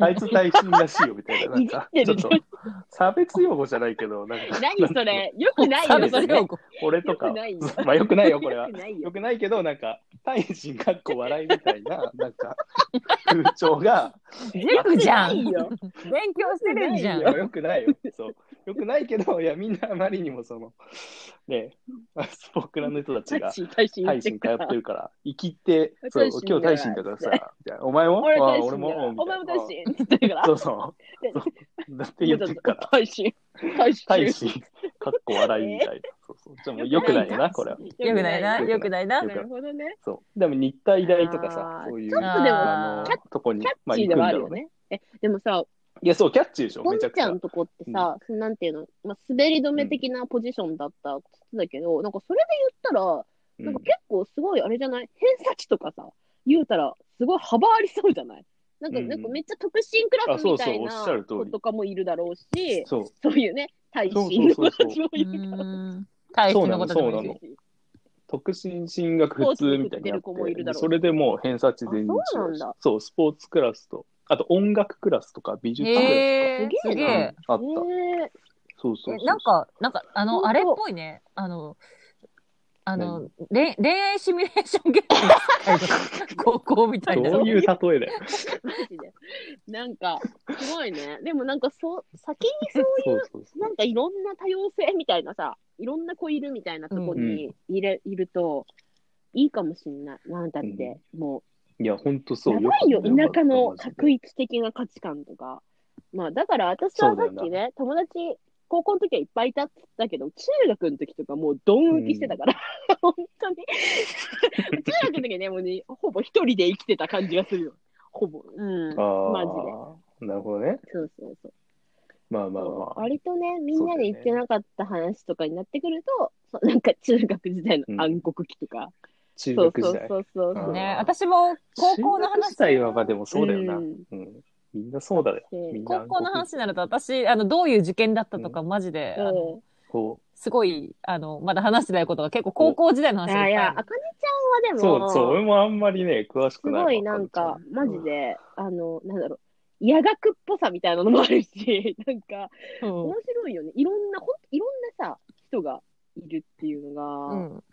あいつ大臣らしいよみたいな、なんか、
い
ち
じ
ょ
っ
って
る
と、差別用語じゃないけど、なんか、
何それよくない
差
よ、
別
それ。
用
よ
語。
俺と か
く、ないよ。
まあよくないよ、これは
よく。ない
よ
よ。
くないけど、なんか、大臣かっこ笑いみたいな、なんか、風潮が、
全部じゃん。
いい
勉
よ
強してるんじゃ
い
ん。
やよくないよ。そう。よくないけど、いや、みんなあまりにもその、ね、スポクラの人たちが
大、臣、大臣、
大臣通ってるから、生きて、そう
大臣、
今日大臣だからさ、みたいなお前も
俺
あ
大臣
俺も
だよお前も大。
みたい
臣って言ってるか
な
ら。
そうそう。そうだって言って るから、
大臣。大臣。
大臣、かっこ笑いみたいな。そうそう。じゃあもう良くないよな、これは。
よくないな、
よ
よ
く
く
な
ないな
よ。
なるほどね。
そう。でも日体大とかさ
あ、ー
そういう、
ちょっ
とでも
あ
キャ
の、とこに、
キャ
ま
ッ
あ
チ
行
ーで
くん
は
だ
ある
ろ
よ
うね。
ね。え、でもさ、
いや、そう、キャッチーでしょ、
ポ
め
ン
ちゃく
ち
ち
ゃ
ゃ
ん。とこってさ、なんていうの、まあ、滑り止め的なポジションだったっつってたけど、なんかそれで言ったら、なんか結構すごいあれじゃない偏差値とかさ、言うたら、すごい幅ありそうじゃないなんか、
うん
なんかめっちゃ特進クラスみたい
あ
な
そうそうおっしゃる通り
子とかもいるだろう
う
し
ん、そ
そういうね、大
そう
臣の
そう
子
そ
た
う
ちもいるだろう
う
し
ん大使のことでも
そう
い
ないの特進進学普通みたいになっ
スポーツ作ってる子もいるだ
て、
ろう
それでもう偏差値全然違
あそうな
うんし
だ
そう、スポーツクラスと、あと音楽クラスとか美術クラスとか、
へえ
す
す
げ
げ
え
うん
え。
あっ
へえ
た。そうそうそう
えなん、か、なんか、あ
本
の、
当
あれっぽいね。あの、あの、恋恋愛シミュレーションゲームみたいな高校みたいな。
どういう例えだよ。
マジでなんか、すごいね。でもなんかそう、先にそう
そうそうそう。
なんかいろんな多様性みたいなさ、いろんな子いるみたいなとこにいれ、いると、いいかもしんない。なんだって、も
いや、ほんと
う、
そう。
やばいよ、
かった
田舎の
マ
確一的な価値観とか。まあ、だから私はさっ
そ
き
う
ね、友達、高校の時はいっぱいいたって言ったけど、中学の時とかもうドン浮きしてたから、本当に。中学の時ね、もうね、ほぼ一人で生きてた感じがするよ。ほぼ。うん。
ジで。あー
マジ
なるほどね。
そうそうそう。
まあまあ
そう
まあ。
割とね、みんなで言ってなかった話とかになってくると、そうなんか中学時代の暗黒期とか、
中
そう
学
そ
時
う
代。
そうそう
あ
そ
ー
う。
ね、私も高校の
中学時
話。
代はまあでもそうだよな。
う
うんん。みんなそうだよ。みんな
高校の話になると、私、あの、どういう受験だったとか、マジで、あの
こ
すごい、あの、まだ話してないことが結構高校時代の
うん、
話が
あ
い
い
っぱいあ
や、
る
あかねちゃ
うん
はで
そ
も、
うそう、俺もあんまりね、詳し
す
くない。
ごいなんか、マジ。で、あの、なんだろう、野学っぽさみたいなのもあるし、 なんか、
うん
面白いよね。いろんな、ほんといろんなさ、人がいるっていう
う
のが、
ん。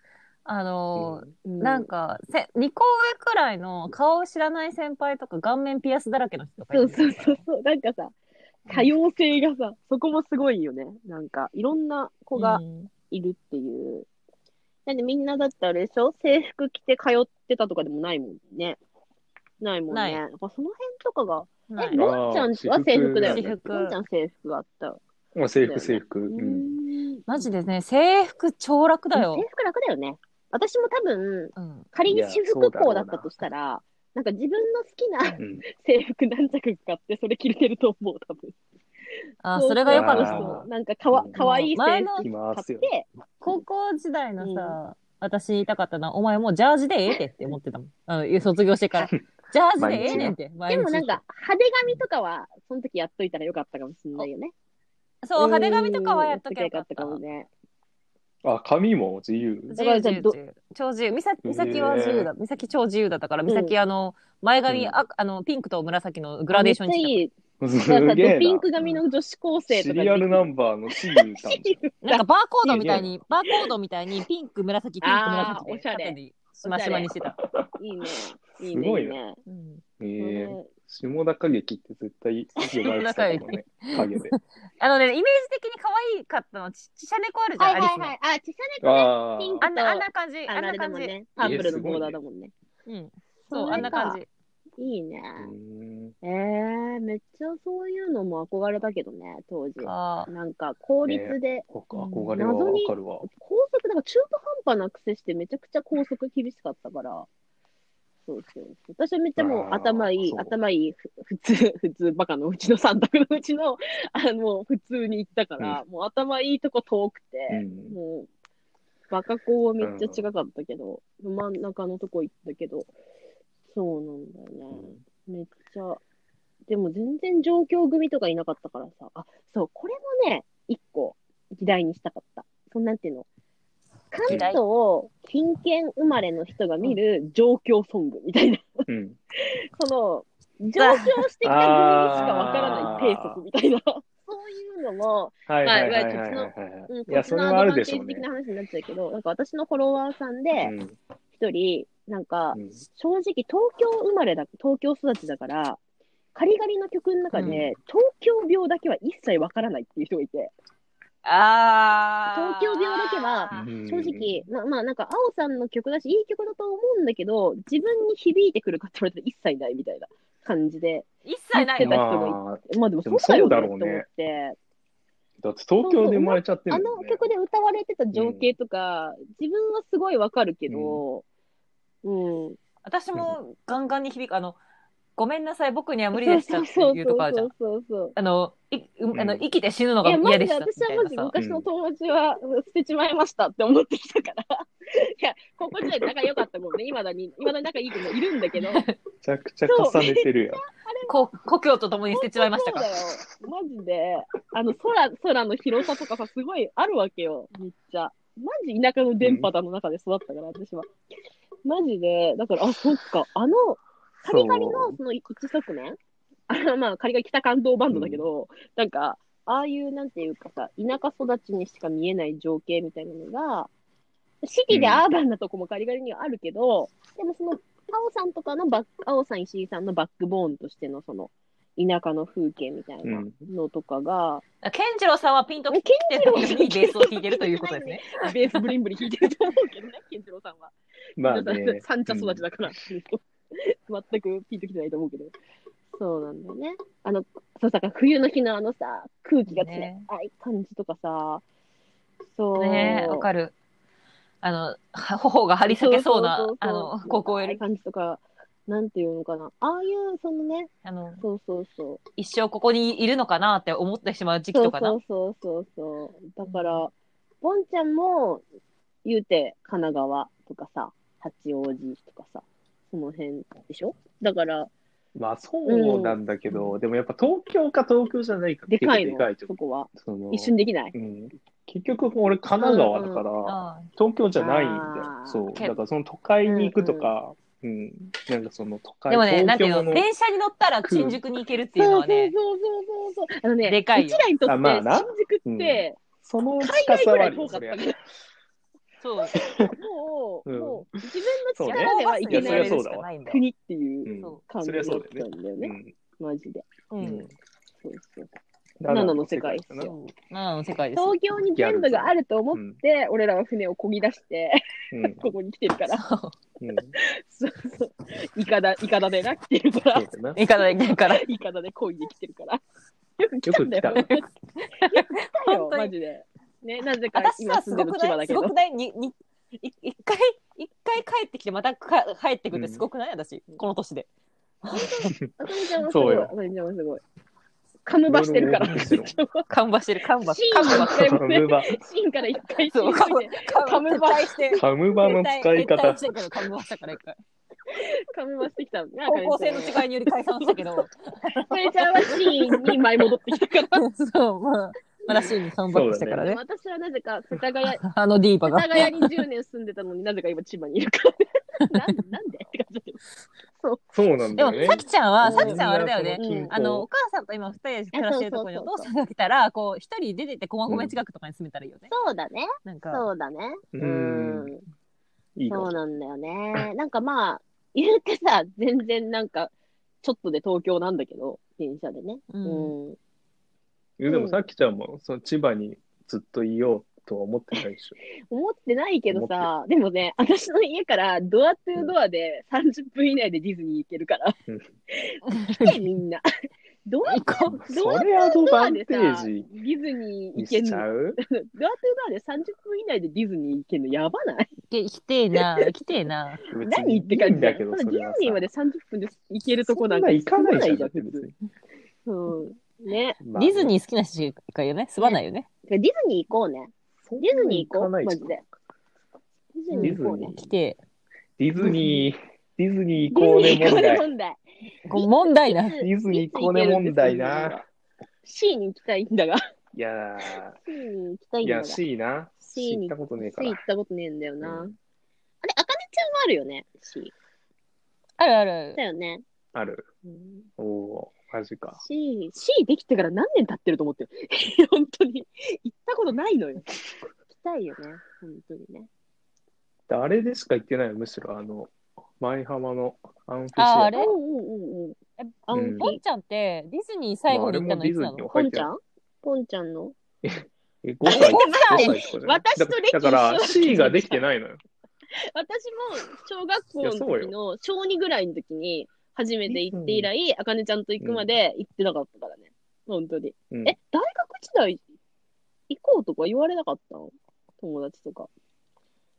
あの、
うん
なん、かせ、2個上くらいの顔を知らない先輩とか顔面ピアスだらけの人とかい
そ
る
うそうそうそう、なんかさ、多様性がさ、そこもすごいよね。なんか、いろんな子が
うん
いるっていう。なんでみんなだってあれでしょ制服着て通ってたとかでもないもんね。ないもん
な
ね。
い
やっぱその辺とかが。
ない
え、もんちゃんは制服だよね。
私服
もんちゃん制服があった。
まあ、制服、制服。
う
うん。
ん。
マジでね、制服超楽だよ
制。服楽だよね。私も多分、
うん。
仮
い
に
や
私
そう
服
だろうな
校だったとしたら、なんか自分の好きな
うん
制服何着か買って、それ着れてると思う、多分。
あ、それが良かっ
あ
た
ー。
そうなんかかわ
うん
かわいい制
前の
服
着ま
買っ
すよ。
て、
高校時代のさ、私言いたかったのは、お前もうジャージでええってって思ってたもん。あの卒業して から。ジャージでええねんって。毎
で
日
もなんか、派手髪とかは、その時やっといたらよかったかもしれないよね。
そう、
ん
派手髪とかはやっときゃよかった
や。っときゃよかっ
あ、髪も自由。
自由
だから
自
じゃあ
由
ど
自由超自由美咲美咲は自由だ、美咲超自由だったから美咲、あの前髪、
うん
ああのピンクと紫のグラ
たかもね。
デーション
めっ
に
ち
し
ゃいい。
す
なんか
げえ
ドピン
な。
ク髪の女子高生と
シ
かに
リアルナンバーの C にいたんでしょ
たなんかバーコードみたいにバーコードみたいにピンク紫ピンク
あ
紫
ー
で
おしゃれ
縦にしましまにしてた、
いいね。いい
すご
ね。い
い
い
な
ね。
うん
ええ
うん
下田歌劇って絶対呼ばれてたもんね。 影で。
あのねイメージ的に可愛かったのちちしゃ猫あるじゃ
は
ん、
いはいは
アリ
い。あ、ちさねこね。
あ
ピン
スのあんなあんな感じあ
あ
ん
のあ
な
れだ
感
も
じ、
んね。パープルのボーダーだもんね。
うんそう
それか
あんな感じ
いいね。
あ。うん
えー、めっちゃそういうのも憧れたけどね、当時。
あー
なんか、公立で、
そうか憧れはわかるわ。
高速、なんか中途半端なくせして、めちゃくちゃ高速厳しかったから、そうそうそう私はめっちゃも
あ
う
ー
頭いい
そ、う
頭いい、ふ 普通、普通バカの うちの三択のうちの、あの、普通に行ったから、もう頭いいとこ遠く
う
て、
ん。
もう、バカ校はめっちゃ違かったけど、真ん中のとこ行ったけど、そうなんだよね。めっちゃ。でも全然状況組とかいなかったからさ。あ、そう、これもね、一個議題にしたかった。そんなんていうの。関
議題
東近県生まれの人が見る状況ソングみたいな。
うん。
その、上昇してきた分しかわからない低速みたいな、そういうのも、
はい
ま
は
あ
いはいはい
いわ
はい
ゆる
はい。
うん、
いや、
そ
そ
っち
れ
の
はあ
アド
る
バン
で
テ
しょう
ージ
ね
的。な話になっちゃうけど、なんか私のフォロワーさんで、
うん
一人、なんか、
うん
正直東京生まれだ、東京育ちだから、カリガリの曲の中で、
うん
東京病だけは一切わからないっていう人がいて、
あ
東京病だけは
うん
正直、なまあなんか、青さんの曲だし、いい曲だと思うんだけど、自分に響いてくるかって言われたら一切ないみたいな感じで、
一切ない
言っ
の
てた人がいて
まあ、
まあでも
で
そう
も
だよ
そう
な
だ
と
ろ
思
う
っ
ね
て、
だって東京で生まれちゃって
あ
るも
の
んね。
曲で歌われてた情景とか、自分はすごいわかるけど、うん。
私もガンガンに響くあのごめんなさい僕には無理でしたっていうとかあるじゃん
そうそう
あのいうんあの
うん
生きて死ぬの
そう。い
が
や、マ
嫌
ジ
で
で
したみた
私はいマ
な
ジで
さ
昔の友達は捨てちまいましたって思ってきたから。 いや、高校時代仲良かったもんね。未だに、未だに仲いい子もいるん だけど。そう
めちゃくちゃ重ねてるやん。
こ故郷と共に捨てちまいましたか
だよ。マジで。あの、空、空の広さとかさ、すごいあるわけよ。めっちゃ。マジ田舎の電波だの中で育ったから、私は。マジで。だから、あ、そっか。あの、カリカリのその一側面あ のまあカリカリ北関東バンドだけど、なんかああいうなんていうかさ田舎育ちにしか見えない情景みたいなのがシティで
うん
アーバンなとこもカリカリにはあるけど、でもその青さんとかのバック青さん石井さんのバックボーンとしてのその田舎の風景みたいなのとかが、
ら健次郎さんはピンときてるにベースを弾いてるということですね
ベースブリンブリン弾いてると思うけどね健次郎さんは。
まあね。
三茶育ちだから、全くピンときてないと思うけど。そうなんだよね。あの、そうだから冬の日のあのさ、空気が冷
ね
たい感じとかさ、そう。
ねえわかるあのは頬が張り裂けそうな
そそ
あの高校よ
冷た
り
い感じとか、なんていうのかな。ああいう、そのね、
あの
そうそうそう。
一生ここにいるのかなって思ってしまう時期とかな
そうそうそうそうそう。だから、ぼんちゃんも、言うて、神奈川とかさ、八王子とかさ、その辺でしょだから、
まあそうなんだけど、でもやっぱ東京か東京じゃないか
で
結構
かい
で
の
かい、と
そこは。
その
一緒にできない。
うん、結局俺神奈川だから、
あ
東京じゃないんだよ
あー
そう
け
だからその都会に行くとか、うんなんかその都
あ
会
でもねなん
東
てい
京
うの
の
電車に乗ったら新宿に行けるっていうのはね
そうそうそうそうそう。あのね、
でかいよ
うちらにとって
あまあな
新宿って、
その
海
近
外
さ
ぐ
は
ら
あ
い
る
遠
よ
か
そ
っ
りゃ
たね。
そう
もう、
うん
もう、自
そう
分の
ね
力ではいけ
い
な
やそりゃそ
い
うだわ
国っていう
うん
そ
感
そ
じだ
り
っ
ゃ
た
そうんだよね
だ
う
よね。
ん
マジで。
うん
うん
そうそう。七の世界です
だな
よ。
7の世界ですよ
東京に全部があると思って、俺らは船を漕ぎ出して、
うん
ここに来て るから。
うん
そうそう。イカダ、イカダでな、来てるから
そ。うだな
行かないから。
イカダで漕いで来てるから。よく来
よ
た
く
んだ
来
よ
た。
だよ
本当に
マジで。ね、なぜか
私
今
さ、す
住んで
ごく
る千葉
な
だ
い
け
す
ど
ご。くないににい一回、一回帰ってきて、またか帰ってくるってすごくない私、この年で。
あかみちゃんはす
そ
ご
う
い。
よ
あかみちゃんはすごい。カムバしてるから。
いろいろ思うんですよ
カンバしてる、カンバ。
シー
カ
ン
ンバ。
から一回
ムバ
シーンから一回
そう、カム
し、
カムバして。
カムバの使い方
絶対絶対してるけどカムバしたから一回。
カムバしてきたのね。
方向性の
い。
違いにより解散したけど。
あかみちゃんはシーンに舞い戻ってきたから。
そう、まあ、まだシーンにカムバしたから
で
ね
も。私はなぜか世田谷、世
あのディーバが
田。谷に10年住んでたのになぜか今千葉にいるからね。 なんなんでって感じだけど。
そうなんだ
でも、
よね
さきちゃんは、
そ
さ
んな
きちゃんはあれだよね
そ。近郊
あの、お母さんと今二人で暮らしてるところにお父さんが来たら、こう、一人出てって駒込近くとかに住めたらいいよね。
そうだね。
なんか、
うだね。
うん
うん
いいか
そ
も
うなんだよね。 なんかまあ、言うてさ、全然なんか、ちょっとで東京なんだけど、電車でね。
う。
うんん。
えでもさきちゃんもその千葉にずっといようとは思ってないで しょ
思ってないけどさ、でもね、私の家からドアトゥードアで30分以内でディズニー行け るから
うん。
来てみ んな。ドア、
こう
ドア
それアド
ド
バ
ア
ン
で
テ
さ、デ
ージ
ィズニー
に
行け
し
んの。
ち
ドア
ゃ
ト
う
ゥードアで30分以内でディズニー行けんのやばない
け行きてえ な、行きてえな。
別に
何
い
言
い
って感じ
んだ
だ
け
け
ど
ど、そ
そ
のデ
れ
ィズ
は
ニーま
さ
で30分で行けるとこなんか
そんな行かないじゃん
行か
別
普通
に
うん。ね。
ま
デ
あね
ィズニー好きな人しかいよね。住まないよね。
ディズニー行こうね。
そん
ディズニー行こ
な
う。マ
に行かない
ジ
じゃん
で。ディズニー行こうね。
来て、
ディズニー、ディズニー行こうね
ディ
問
ズニー行こ
題
う。問題。
こう問題な。
デ
ディズニー行こうね問題な。。
C に行きたいんだが。
いや
C に行きたい
ー、
ん
い
だが。
や、
C
C な。C
に
行ったことねえか
C 行
ら
っ。たことねえんだよな。
う
あれ、あかねちゃんはあるよね。C。
あるある
だよね。
ある。
うん
おおマジか。
C、C できてから何年経ってると思ってる。 本当に。行ったことないのよ。行きたいよね。本当にね。
であれでしか行ってないよむしろあの、舞浜のアンフィシ
あ
ア
あれ
うんうんうんうん。
え
あん
うん
ポンちゃんってディズニー最後に行ったのいつなの、
も
ポ
ディズニーに
ンちゃ
は
んポンちゃんの
入ってないえ、5歳。
ポンちゃん
5歳とかじゃない
私と歴史
だからだか
一緒
ら
だけど
C ができてないのよ。
私も小学校の時の小2ぐらいの時に初めて行って以来、あかねちゃんと行くまで行ってなかったからね。本当に。
うん
え、大学時代行こうとか言われなかったの友達とか。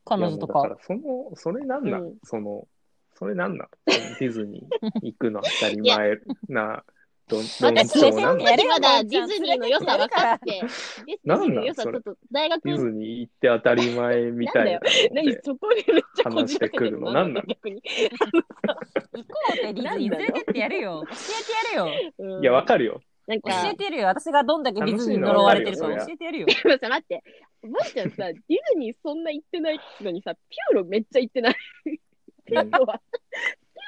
彼女と
いやもうだ
か。
らその、それなんなん、
うん
その、それなんなんディズニー行くの当たり前な、どん、どん
私
調なん
や
なん
れよ
まだディズニーの良さ分かって、ディズニーの良さちょっと大学
ディズニー行って当たり前みたいなのって。
何そこでめっちゃこじらせて
話してく
るの
るの何なの
逆に。
行こうってディズニー連れてってやる よ。教えてやるよ。
うん
いや、わかるよ。
なん
教
か、
えてやるよ。私がどんだけディズニーに
楽しい
呪
の
わ
は
れてるか
わかるよ
教えてやるよ。
でもさ、待って、もっちゃんさ、ディズニーそんな行ってないのにさ、ピューロめっちゃ行ってない。
う
ピ
ん
ューロは、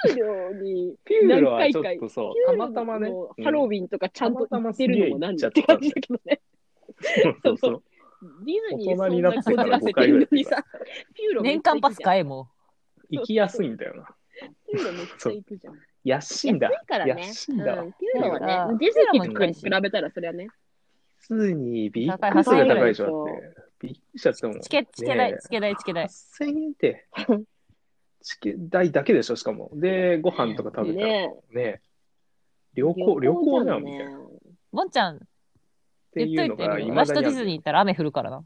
ピューロに
ピューロはちょっと そう、た
ピュー
ま
ロ
たまね。
の
うん
ハロウィンとかちゃんと行ってるのもなんでって
たまたま
感じ
すげ
だけどね。
そうそうそう。
ディズニー
大人
そ
に
ん
な
な
ってから
こじら
5
せ
回
て
ぐら
る
い
のにさ、ピューロめっ
年間
ちゃ行
パ
く
ス
じゃん。
買えも
行きやすいんだよな。
ピューロめっちゃ行くじゃん。
安いんだ
安。いからね。
安いんだわ
うんピューロ
だから
はね、ディズニー
ピューロも行き
と比べたらそれはね。
ディズニーびっくりするぐらい高いでしょ。だってびっくりしちゃったもん。
う。チケ、チケ代
ね、え
チケ代、チケ代。
8000円って、チケ代だけでしょ、しかも。で、ご飯とか食べたらね
ね
旅行、旅行じゃん、みたいな。っ
な。
もんちゃん、
てい
言
う
っ
の
といて
が、
よ。
いま
私と
だに
デ
あ
ィズニー
る。
行ったら雨降るからな。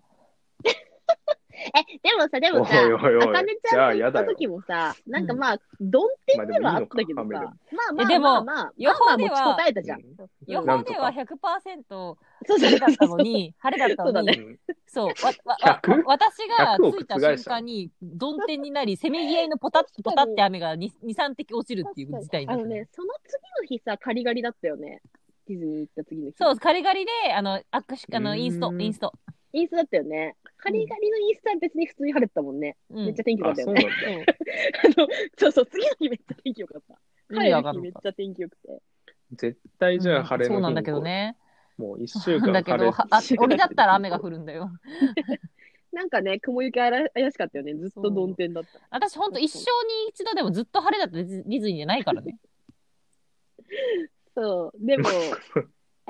え、でもさ、でもさ、
おいおいおい
あかねちゃんと
じゃあや
行っ
だ
た
よ
時もさ、なんかまあ、どんてんではあったけどさ、
まあでもいいのか
まあまあ
えでも
まあまあ、
予
まあ
報
ま
で
あ持
は
ちこたえたじゃん。
予
な
報
んと
で
か
は100%
そうそう
晴れだったの
そう。
に、 晴れだったの
う
に、
ん
そう、わ わわ
100?
私が
100を
着いた
覆
瞬
した
間に、曇天になり、せめぎ合いのポタッポタって雨が2、3滴落ちるっていう事態にな
あ
っ
の
た。
ね、その次の日さ、カリガリだったよね。ディズニー行った次の日。
そう、カリガリで、あの、握手、あ
うー
の、
ん
インスト、インスト。
インスタだったよね。カリガリのインスタは別に普通に晴れてたもんね。
うん
めっちゃ天気良か
あ、
った
そ
よ
うなん
ね。
だ。
あの、そうそう、次の日めっちゃ天気良かった。
意
帰
味
る
わか
日
ん
めっ
なかっ
ちゃ天気良くて。
絶対
た
じゃあ晴れ
そうな
の
ん
日
だ
に
け
こ
ど
う
ね。
もう一週
なん
間
だけ
晴
ど、
れ
はあ俺だったら雨が降るんだよ。
なんかね、雲行きあら怪しかったよね。ずっと曇天だった。
私ほんと一生に一度でもずっと晴れだったディズディズニーじゃないからね。
そう、でも、え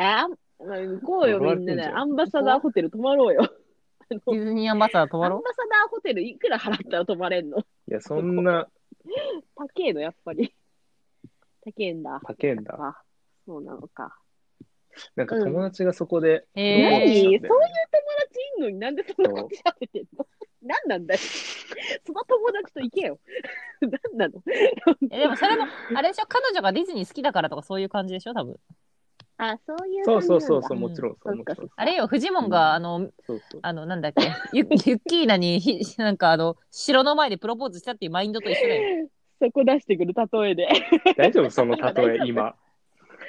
あん、まあ行こうよ、
呪わ
み
れてん
んな
じ
で。
ゃん
アンバサダーホテル泊まろうよ。
ディズニーアンバサダー泊
ア
ま
ンバ
ろ
サダーホテルいくら払ったら泊まれんの
いや、そんな、
高えの、やっぱり。高えんだ。
高えんだ。
あ、そうなのか。
なんか友達がそこで、
う。
え
何そう
へ
ー
え。
いう友達いんのになんでそんなこと喋ってんの何なん だよ。その友達と行けよ。何なの
えでもそれも、あれでしょ、彼女がディズニー好きだからとかそういう感じでしょ、多分。
あ、そういう
そうそうそう、そう
うん
もちろん、そう
そ
も
っか
ちろん。
あれよ、フジモンが、あの、
そうそう。
あの、なんだっけ、ユッユッキーナに、ひなんかあの、城の前でプロポーズしたっていうマインドと一緒だよ。
そこ出してくる例えで。
大丈夫その例え、今。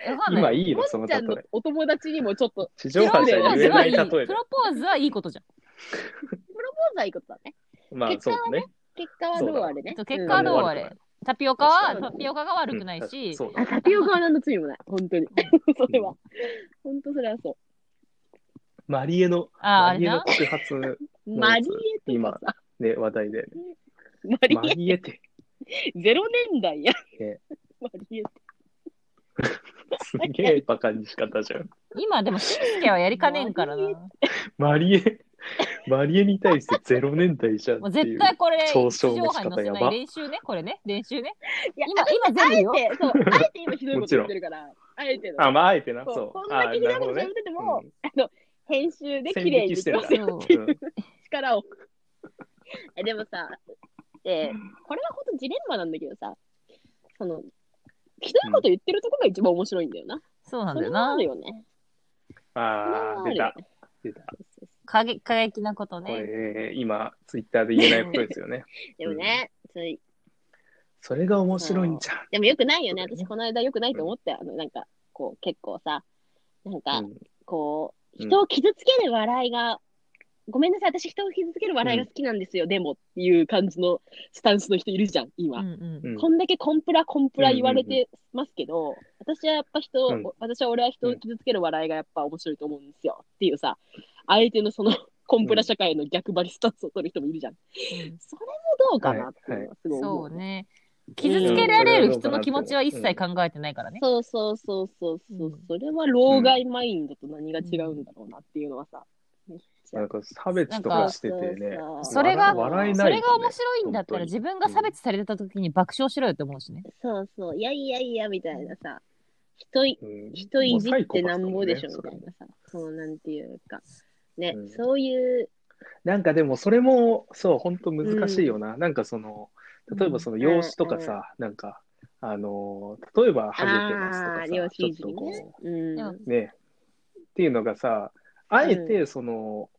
えわかんな
今
い。
いい
も
のその
っち
例
ゃんの
え。
お友達にもちょっと、
地
プ
上
ロポー
波じゃ言
ズ
え
は
ないい
い。
例
プ
えで。
ロポーズはいいことじゃん。
まずはいいことだね。
まあ、そうね。
結果はどうあ
え
れ
っ
ね
と。結果はどうあれ。タピオカ
確
は、
かに
タピオカが悪くな
う
い
ん確かに
し、
そうだ
あ、タピオカは何の罪もない。本当に。それは。本当それはそ
マリエの、
あ、あ
マ
れ
リエの
な。
告発
う。マリエとかさ、
で話 題で。
マリ
マリエって、
エ、ゼロ年代や
ね。
マリエ。
すげえバカにし方じゃん。
今でも、シンスケはやりかねんからな。
マリ
も
マリ エ、マリエに対してゼロ年代じゃん
う
ってい
絶
う。
対これ、
嘲
地
笑
上波
の
に載
仕方
せ
や
ない
ば。
練習ね、これね、練 習ね。
いや、
今今
あ
全部
え
よ
て、そう、あえて今ひどいこと言ってるから、あえての。
あ、まあ、あえてな、
そう
そう。
こん
あ
な
ー
にひどいこと喋ってても、あの、編集で綺麗に
線引きしてんだ
そう
うんうん
力を。え、でもさ、えこれは本当ジレンマなんだけどさ、その、ひどいこと言ってるとこが一番面白いんだよな。
そうなんだ
それ
よ
は
な
ある。よね。
あー、出た。出た。
過激過激なこと
こ
ね。
れ、今、ツイッターで言えないことですよね。
でもね、それ
それが面白いんじゃん。
でもよくないよね。
そうだよね
私、この間よくないと思ったよ。あの、なんか、こう、結構さ、なんか、
うん
こう、
うん
人を傷つける笑いがごめんなさい、私人を傷つける笑いが好きなんですよ、でもっていう感じのスタンスの人いるじゃん、今。
うん
うん
こんだけコンプラコンプラ言われ
うんうん
てますけど、私はやっぱ人
う
を、
ん
私は俺は人を傷つける笑いがやっぱ面白いと思うんですよっていうさ、相手のそのコンプラ社会の逆張りスタンスを取る人もいるじゃん。それもどうかなっていうのはす
う
ご
ん
い思う。
そうね。傷つけられる人の気持ちは一切考えてないからね。
そうそうそうそうそう、
うん
それは老害マインドと何が違うんだろうなっていうのはさ、めっちゃ
なんか差別とかしててね
なん。か
それが
笑え
そ
ないよ
れ
ね、
が面白いんだったら
本当
自
に
分が差別された時に爆笑しろよって思うしね。
そうそう、いやいやいやみたいなさ、人い
うん
人いじってなんぼでしょ
もうサ
みた
イコパスだもんね
いなさ、そうなんていうか、ね、
うん
そういう、
なんかでもそれもそう本当難しいよな、なんかその例えばその容姿とかさ、なんかあのー例えばハゲて
あ
ま
ー
すとかさちょ
い
っ
じ
と
りね
こ。
うん
でも
うねっていうのがさあえてその、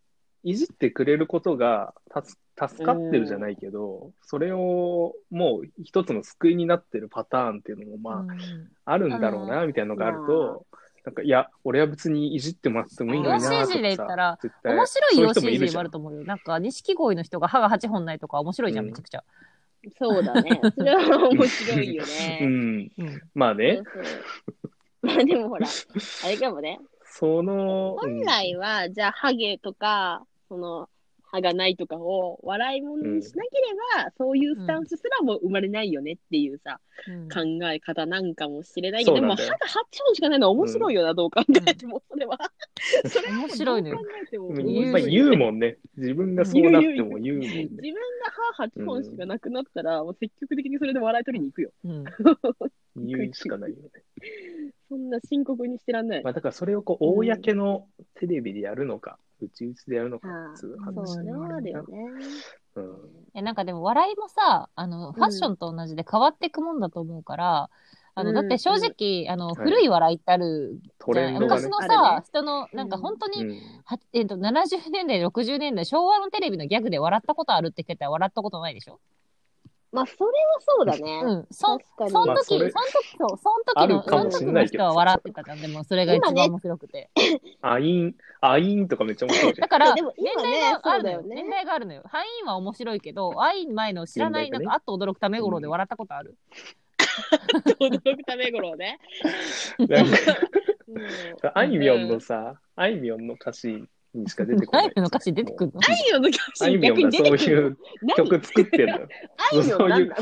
いじってくれることがたす助かってるじゃないけど、それをもう一つの救いになってるパターンっていうのもまあ、あるんだろうなみたいなのがあると、なんかいや俺は別にいじってもらってもいいのになとか
面白いで言ったら
絶対
面白い
そういう
養
人も
子
いる
人
じ
も
ゃ
あ
ん
ると思うよ。なんか、錦鯉の人が歯が8本ないとか面白いじゃん、
うん
めちゃくちゃ。
そうだ ね。それは面白いよね。
うん、
うん
まあね、
そうそうまあでもほら、あれかもね、
その、うん
本来は、じゃあ、ハゲとか、その、歯がないとかを笑い物にしなければ、そういうスタンスすらも生まれないよねっていうさ、
うん
考え方なんかもしれないけど、
そう
ま
な
あ、
んだ
歯
よ
が8本しかないのは面白いよな、どう考えても、それは。それは
面白いのよ
どう考えても
う
面
ん
白い
やっぱり言うもんね自分がそうなっても言うもんね
自分が歯8本しかなくなったら、もう積極的にそれで笑い取りに行くよ。
うん
言うしかないよね、
そんな深刻にしてらんない。
まあ、だからそれをこう公のテレビでやるのか、うちうちでやるのか
ああ
っていう
ー
話
そう、それはあるよね。
うん
えなんかでも笑いもさあのファッションと同じで変わっていくもんだと思うから、あのだって正直、あの
はい
古い笑いってある
ト
じゃ
レ
ん、
ンドが
昔
ね
の
ある
さ
ね
人のなんか
うん
本当に、
うん
はえっと70年代60年代昭和のテレビのギャグで笑ったことあるって言ってたら笑ったことないでしょ、
まあ、それはそうだね。
うん、そん
確かに。
そ
ま
の
あそ
時、
れ
その時そう
あ
その
る
時
か
の
もし
その時
んな
の
いけ
人
ど
は笑ってたじゃんでもそれが一番
今ね
面白くて、
アインアインとかめっちゃ面白いじゃ
だ から
で
年
も今ね
代があるのよ
そうだよね
年代があるのよ範囲は面白いけど範囲前の知らない
年
な
代が
ん
ね
かあっと驚くためごろで笑ったことある、
驚くため頃ね。
んなんか
うん
あいみょんのさ、あいみょんの歌詞にしか出てこな
ラ
い
イ。ブの歌詞出てくるの
あいみょんの歌詞
あいみょんがそういう曲作ってんのよ。
何あいみょんなんだ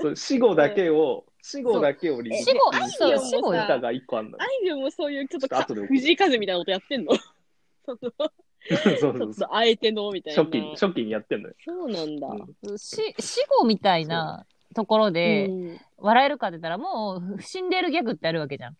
そう死後だけを、死後だけをリリース
死後、
あい
そ
みょ
うん
も
死後
さ
歌
よ。
が一個あんの
あ。いみょんもそういうちょっと
ちょっ
か
と後で
藤井風みたいなことやってんのそのち
そうそう
ょっ
そう。
とあえてのみたいな。
初期、初期にやってんのよ。
そうなんだ。
うん
し死後みたいなところで
うん
笑えるかって言ったら、もう死んでるギャグってあるわけじゃん。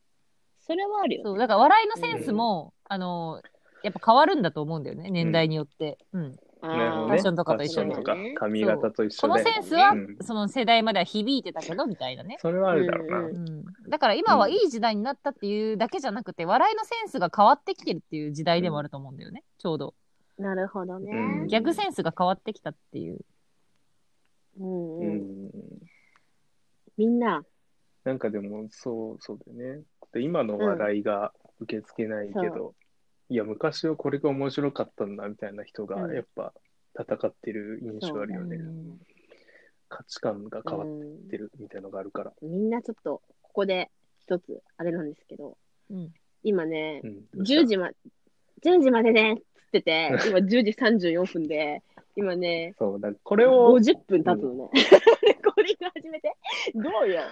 それはあるよね。
そう、だから笑いのセンスも、あの、やっぱ変わるんだと思うんだよね、年代によって。うん。
あー
なるほ
フ
ど
ァ
ね。
ッションとかと一緒
フ
で
ァッションとか髪型と一
こ
緒
の
で
セ。ンスは
うん、
その世代までは響いてたけど、みたいなね。
それはあるだろうな。
うんう
うんん。だから今はいい時代になったっていうだけじゃなくて、笑いのセンスが変わってきてるっていう時代でもあると思うんだよね、ちょうど。
なるほどね。
うん
ギャグセンスが変わってきたっていう。
うん
う
うん
ん
みんな、
なんかでも、そう、そうだよね。で今の話題が受け付けないけど、いや、昔はこれが面白かったんだみたいな人
う
が、
ん
やっぱ戦ってる印象あるよね。
うん
価値観が変わっ
うん
てるみたいなのがあるから。
みんなちょっと、ここで一つ、あれなんですけど、
うん。
今ね
う、ん、
10時ま、10時までね、つっ てて、今10時34分で、今ね、
そう、だからこれを、
50分経つのね。 これが始めて。どうよ。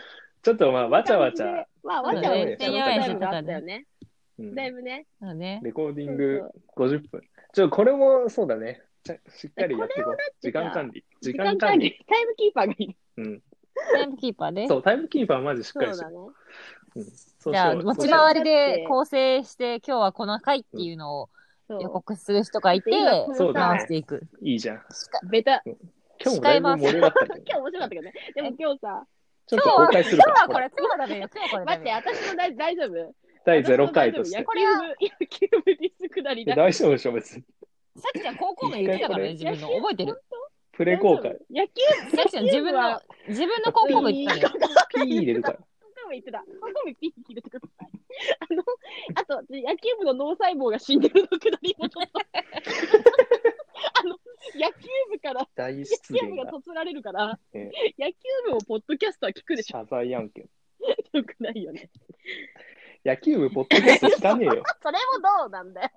ちょっとまあ、わちゃわちゃ、。
まあ、わちゃわち
そう
ゃ
ね
したタイムがあったよね。
うん
だいぶね。
そうね。
レコーディ
そ
ン
う
グ
そう
50分。ちょ、これもそうだね。ちゃしっかりやっていこう。
て
時
さ
間管理。時
時
間
間
管
管
理。
理。タイムキーパーがいる。
うん。
タイムキーパーで。
そう、タイムキーパーマジしっ
そ
かり
う
し
だ
て。
ね。
そう
じ
し
ゃ
よ
あ、
う
持
そう
ち
しよ
回りで構成して、今日はこの回っていうのを
そう
予告する人がいて、
今このさ
そうだ
回
ね
していく。
ういいじゃん。
ベタ。
今日もだいぶ盛り上がったけど
今日面白かったけどね。でも今日さ、
ちょっと公開する
今
か
日は
ら。
これ、今日
これ
はダメよ、今日はこれ
待
ダ
っ
メ
て、
よ。
私の大大丈夫
第0回として
野。球部、野球部ディスくだり
いや
だ。
大丈夫でしょ、別に。
さきちゃん、高校名言ってたからね、
一
自分の。覚えてる。
プレ公開。
野球部、
さきちゃん、自分の、自分の高校名言ってたのよ。
ピー入れるから。
でも言ってた。ここもピー切れてください。あの、 あと、野球部の脳細胞が死んでるのくだりもちょっと。野球部から、
大
野
失
球部
言
が
が
とつられるから、
え
野球部をポッドキャストは聞くでしょ。
謝罪案件。
よくないよね。
野球部、ポッドキャスト聞かねえよ。
それもどうなんだよ。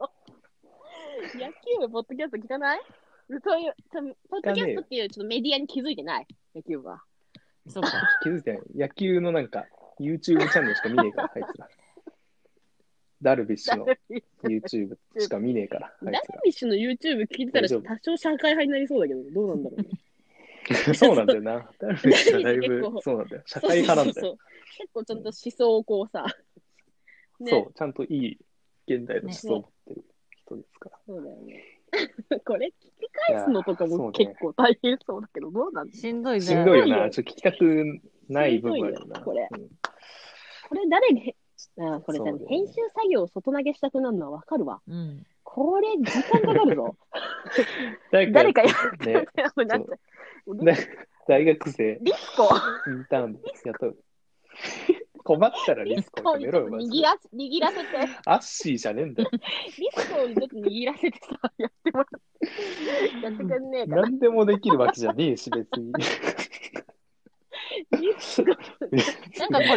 野球部、ポッドキャスト聞かないそういう、そのポッドキャストっていうちょっとメディアに気づいてない、野球部は。
そうか。
気づいてない。野球のなんか、YouTube チャンネルしか見ねえから、あいつら。ダルビッシ
ダ
ュの
ルビッ
YouTube しか見ねえ から、あ
ダ
い
ルビッシュの YouTube 聞いてたら
大丈夫
多少社会派になりそうだけど、どうなんだ ろうね。
つら。 そうなんだよ な。ダルビッシュはだいぶ
結構、
そうなんだよ。社会派なんだ
そう
よ。
そうそう結構ちゃんと思想をこうさ。ね、
そう、ちゃんといい現代の思想を持ってる人ですから。
そうだよね。 これ聞き
い
返
や
すのとか
そう
も
ね
結構大変そうだけど、どうなんだ
しんどいね。
しんどいよ
すごい
な。
よ
ちょっと聞きたくない部分あるよ
すごい
な。
よこれ
うん
これ誰に、あこれ
そう
多分
だよね
編集作業を外投げしたくなるのはわかるわ。
うん。
これ時間かかる ぞ。
誰
誰
か
か
や
や
っ
って
ね
もなっちゃう
ね大学生、
リスコ、
インターンで雇う。困ったらリ
リ
ス
ス
コ
コ
や
に
め
ち
ろ
ょっ
よ、マ
と
ジ
握
で
ら握らせて、
アッシーじゃねえんだよ。
リスコにちょっと握らせてさ、やってもらって、やってくんねえかな。
何でもできるわけじゃねえ し、別に。
リスコ
なんか これ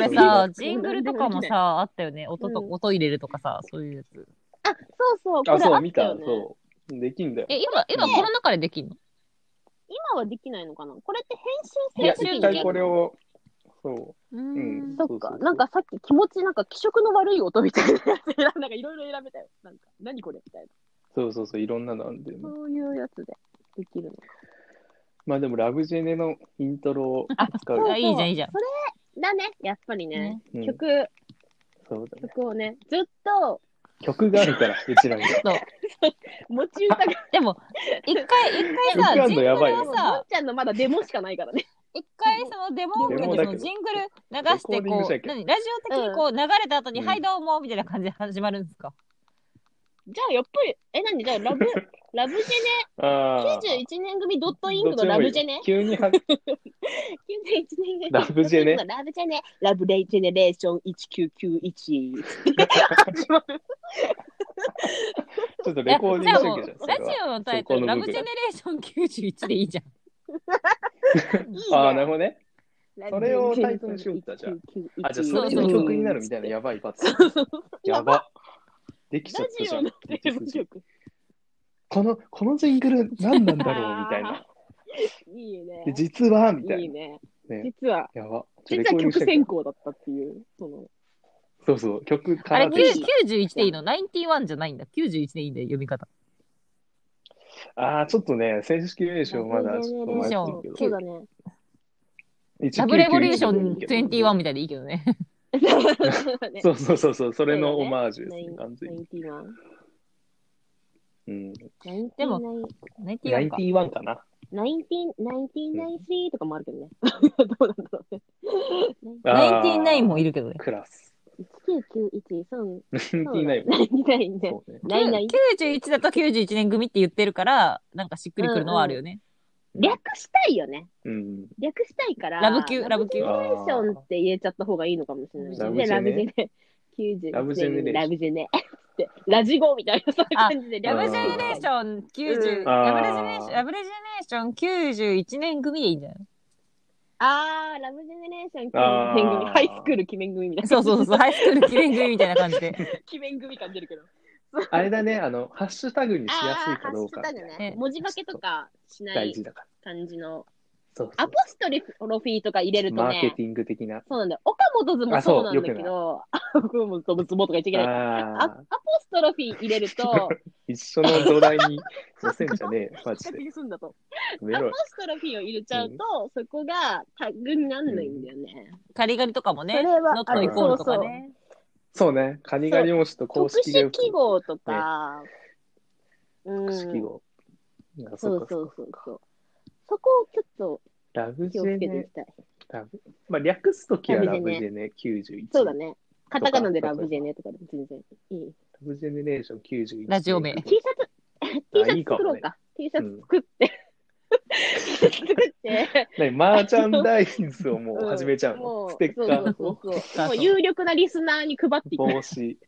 さ、ジングルとかもさ、あったよね。音と、
うん
音入れるとかさ、そういうやつ。
あ、そうそう、これ
あ、そ
あ
う、
っ
見
た
た
よ、ね。
そう。できんだよ。
え、今、今コロナ禍でできんの
今はできないのかなこれって
いや、
編集する
一
時
回
に
これを、そうう。うん。
そっか、なんかさっき気持ち、なんか気色の悪い音みたいなやつ選んだ なんかいろいろ選べたよ。なんか、何これみたいな。
そうそうそう、いろんなのあるんだよね。
そういうやつでできるの。
まあでも、ラブジェネのイントロを使う
そう
あ。いいじゃんいいじゃん
それだね、やっぱりね。
うん
曲、
そうだね。
曲をね、ずっと
曲があるから、うちらに。
持ち歌が、
でも、一 回、一
浮
回
か
さ、
ん
ジング
のや
ル
ばいよ
を
も
さ
ん、ちゃんのまだデモしかないからね。
一回そのデモ音
デモ
楽
だ
でそ
けど
のジングル流して、
レコーディング
こ
したっけ
う、何ラジオ的にこう流れた後に、
うん
はいどうも、みたいな感じで始まるんですか
じゃあやっぱり、え、何じゃあ ラブ、ラブジ
ああ。
ェネ、91年組ドットイングのラブジェネ
急には、
91年組
ラブジェネ
ラブジェネ、ラブレイジェネレーション1991。始まる
ちょっと
いや
レ
じゃ
コーディン
あ
グ
も
し
う
なきゃじゃん。そ
ラ
れ
ジ
は
オのタイト
そこ
ル、
の
ラ
部
ブジ
分
ェネレーション91でいいじゃん。
いい
あ
ね
あ、なるほどね。それをタイトルにしようかじゃあ。あ、じゃあそれの曲になるみたいな、やばい罰。 やば。できちゃ
ラ
った
ジ
じゃ
オ
ん
の。テーマ曲。
この、このジングル何なんだろうみたい な。
いいね
で。実は、みた
いい
い
ね。
な。ね
実は、
やば。ちょ
実
レコー
は
ディングしな
曲
きゃ
選考だったっていう。その
そうそう、曲か
あれ、
ら
き
で
ゅ
し
きゅ
う91でいいの ?91 じゃないんだ。91でいいんだよ、読み方。
ああ、ちょっとね、正式名称まだちょっと迷ってるけ
そ
ど
うだね。
1991。
ラブレボリューショ
でい
ン
いけど
21みたいでいいけどね。
そうだね。
そうそうそうそう、それの
そうだ
オ
ね
マージュですね、完全に。
91。
うん。
でも91か。
91かな。
1993とかもあるけどね。 どうなんだろうね。
あー
99もいるけどね。
クラス。
1991、そう。
99も。
99ね。
そうね。
ないない。
91だと91年組って言ってるから、なんかしっくりくるのはあるよね。
略したいよね。
うん。
略したいから。
ラブ級、ラブ級
ジェ。
あ
ネレーションって言えちゃった方がいいのかもしれない。
ラブ
ジェネ
でラ
ラブ
ブ
ジ
ジ
ェネレーシ
ェ
ョ
ネ。
ン
ラブジェネ。って、ラジゴみたいなそういう感じで。
ラ
あ
ブジェネレーション90、ラブジェネレーション、ラブジェネレーション91年組でいいんじゃない
あー、ラブジェネレーション、鬼
あー
面組。ハイスクール、鬼面組みたいな。
そうそうそう、ハイスクール記念組みたいな感じで。
鬼面組感出るけど。
あれだね、あの、ハッシュタグにしやす
あ
い
ー、ハ
かど
ッ
う
シ
かみ
ュ
た
タ
い
グ
ね
な。
ね。文字化けとかしな
大
い
事だから。
感じの。
そうそ
ア
う
ポストリフロフィーとか入れると
マーケ
ね
テ、ィング的な。
そうなんだよ。岡本図もそうなんだけど、岡本図もとか言っちゃいけない。あア
ああ
ポ、ストロフィー入れ ると、
一緒の土台に乗せんじゃねえよ、マジ
確
で。
認すんだと。
メ
ア
ロ
ポストロフィーを入れちゃうと、そこがタグになんないんだよね。
カリガリとかもね、
それは
ノットイコールとかね。
そうね、カニガリもちょっと公
特
式で
殊
よく。
記号とか、うん。
特
そ
殊記
う
号。あ
そ
そううか
そ
そう
う
か
そう。そこをちょっと
ラブジ
気をつ
ェ
けてい
ネ
き、たい。
ラブ。まあ、略すときはラ
ラ
ブ
ブ
ジ
ジ
ェネ91。
そうだ。ね。カタカナでラブジェネとかでも全然いい。
ラブジェネレーション91。
ラジオ名
T シャツ、T シャツ作ろうか。T シャツ作って、T シャツ作って、
何マーチャンダイズをもう始めちゃう の。
もう
ステッカー、
そうそうそう
ステッ
そ
カー
うも
と
う有力なリスナーに配っていく。
帽子。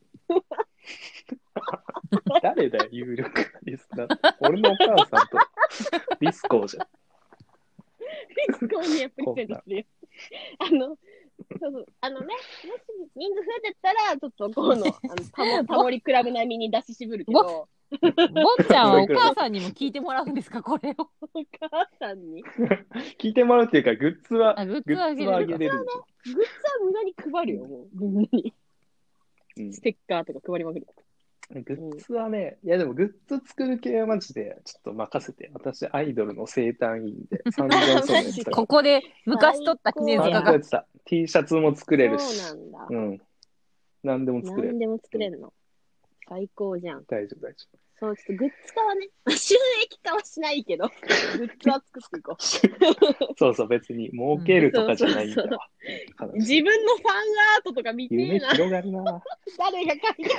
誰だよ、有力なリスナー。俺のお母さんとディスコじゃん。
そこにやっぱりそうですよ。あの、そうそう、あのね、もし人数増えてったら、ちょっとこ うの、あのタモタモリクラブ並みに出し渋るけど、
ぼっちゃんはお母さんにも聞いてもらうんですか、これを。
お母さんに。
聞いてもらうっていうか、グッズは、
あグッ
グ
ズはあ
ッ
げ
ズ
れる
はあげれる。
グッズは無駄に配るよ、もう。みんなに。
うん
ステッカーとか配りまくる。
グッズはね、いやでもグッズ作る系はマジでちょっと任せて、私アイドルの生誕委員で散々そうやって たか
ここで昔取った記念
ら。
塚
散々や
が
ってた。T シャツも作れるし、
そうなんだ
う。ん。何でも作れ
何
る。
でも作れるの。最高じゃん。
大丈夫、大丈夫。
そう、ちょっとグッズ化はね、 収益化はしないけど、グッズは作っていこ
そうそう、別に儲けるとかじゃないんだ
うんそう
わ。
う。
話
自分のファンアートとか見てえ
夢
な。
広がるな。
誰が書いて、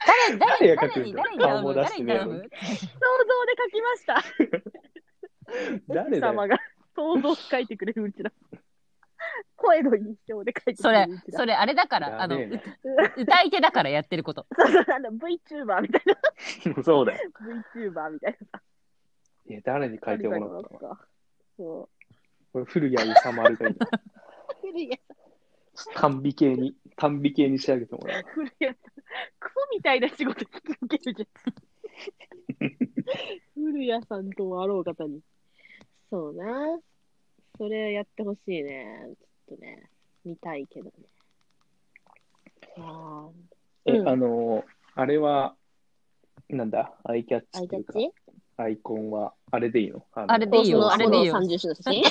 想像
誰
で
誰
が
が
書く
誰
ん
に
だ
誰に頼
顔も
む
出して
誰
み
に
ろ
頼む
書きました。
誰
奥
だよ
様が想像で書いてくれるうちら。声の印象で書いてく
そ
れ
れ
るうちら。
それあれだから
や
あの
べえな
歌い手だからやってること
そうそうあの VTuber みたい
そうだよ。
な。VTuber みたい
いや誰に書
な。
いてもら
う
ったの
か。そ
これ古谷勇まるがいいな。
う。古谷
短美系に、短美系に仕上げてもらう。
古谷さん。クソみたいな仕事引き受けるじゃん。古谷さんとあろう方に。そうな。それやってほしいね。ちょっとね、見たいけどね。あ
え、
うん
あのーあれは、なんだ、アイキャッチ
あ、アイ
と
キ
いう
ャッ
か、
チ
アイコンは、あれでいいのあの
あれでいいよ
その
あれでいいよ
その30種の写真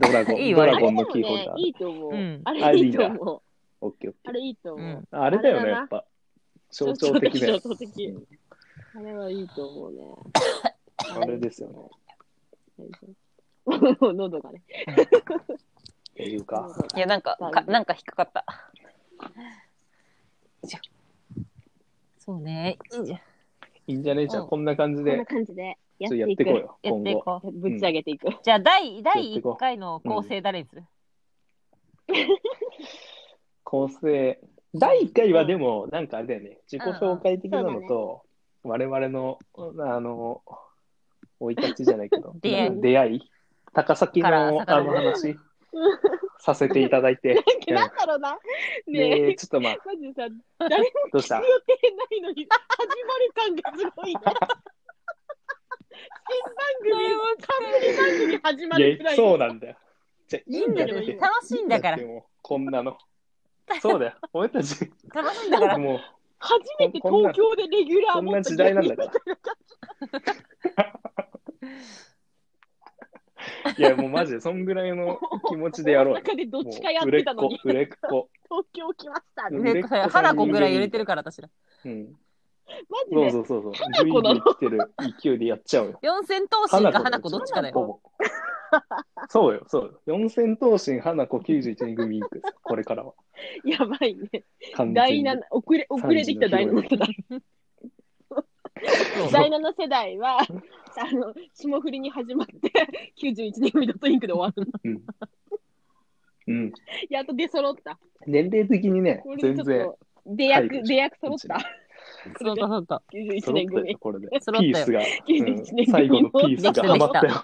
ドラゴン、
いいよ
ド
あれ
ラ
あれ
ゴ
で
ンの
も
キーホル
ね
ダー。、
いいと思う
うん。
あ
あ
れ
れ
い
いい
い
ん
と
だ
思う。
オッケーオッケ
あ
ー。
れいいと
う。
思うん
あれだよ
あ
ね、
れだな
やっぱ。象徴的なや
象
つ。
徴的
うん。
あれはいいと思うね。
あれですよね。
喉がね。
っていうか、
いやなんかかなんか引っかかったじゃそうねいいじゃん
いいんじゃねえじゃあ、
うん
こんな感じ
こん
で
な、感じで
ちょ
や
っ
っ
と
て
やってい
いく。
こうよ、
やっ
今
てい
後。
こう
ぶち上げて いく。
じゃあ第
やって
第
いこう
1回の構成誰にする、
構成。第1回はでも、なんかあれだよね、自己紹介的なのと、我々の、あの、生い立ちじゃないけど、
出会い
なんか出会い高崎
から
のあの
遡る
話、させていただいて。うん
なんだろうな。ね
で、
え。
ちょっとまあ、
マジでさ、誰も
どう した
予定ないのに、始まる感がすごいね。新番組、冠番組始ま
い
るくら
や、
い。
そうなんだよ。じゃあ、い
い
い
いん
ん
だ
だ
よ
よ。
いいん
楽しいんだから
ってもうこんなの。そうだよ。俺たち、
楽しいんだから
もう、
初めて東京でレギュラ
こ
ー
ん
持
な
った
時代なんだから。いや、もうマジで、そんぐらいの気持ちでやろうよ。
中でどっ
も
ちかやっ
う売れ
て
った
の
子
に、、
売れっ子。
東京来ましたね。
売れっ子さん
花子ぐらい揺れてるから私ら
うん。
マジ
そう
で
そうそうそう。
花子なの
グイグイ来てる勢いでやっちゃおうよ。
四千頭身か花
花
子
子
どっちかだよ。
ほぼ そうよ、そうよ。四千頭身、花子91人組いく。これからは。
やばいね。
完
第
全に
7、遅れ、遅れてきた第7世代。第7世代は、 あの、霜降りに始まって、91年目のトインクで終わるの。
うん。
やっと出揃った。
年齢的にね
こ、れ
全
でち
然
ょっと、出役、
入る
出役揃った。
そうだそうだ。
91
揃っ
年
た
組
よ、。これで。
揃った
ピ
よ
ースが、
91年組
最後のピー スがはまったよ。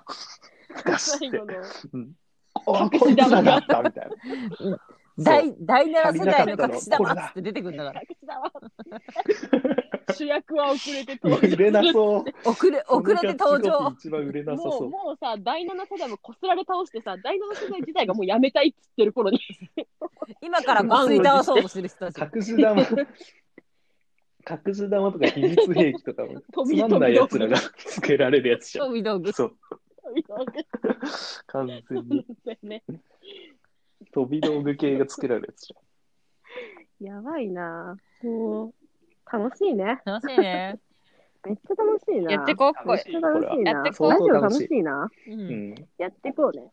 ガシ
最
って
後。の。
あ、こいつらだったみたいな。
第第七世代の隠し玉っつって出てくるんだから。
私だわ主役は遅れて登場
売
す
れ
る。
なそう。
遅れ遅れて登場
このキャッチコピー一番売れなさ
も
そうう。
もうさ、第7世代もこすられ倒してさ、第7世代自体がもうやめたいっつってる頃に、
今からこすり倒そうとしてる人たち
隠し玉。隠し玉とか秘密兵器とかも、
飛
つ
び
まんないやつらがつけられるやつじゃん。
飛び道具
そう、
飛
完全
び
に
道具ね。
飛び道具系がつけられるやつじ
やばいなぁ。もう、楽しいね。
楽しいね
めっちゃ楽しいな。
やってこう
ゃん。
これ
楽しい、これは。
やってこう
ラジオ
楽
楽
しい
しいな。
う
うんん、
やってこうね。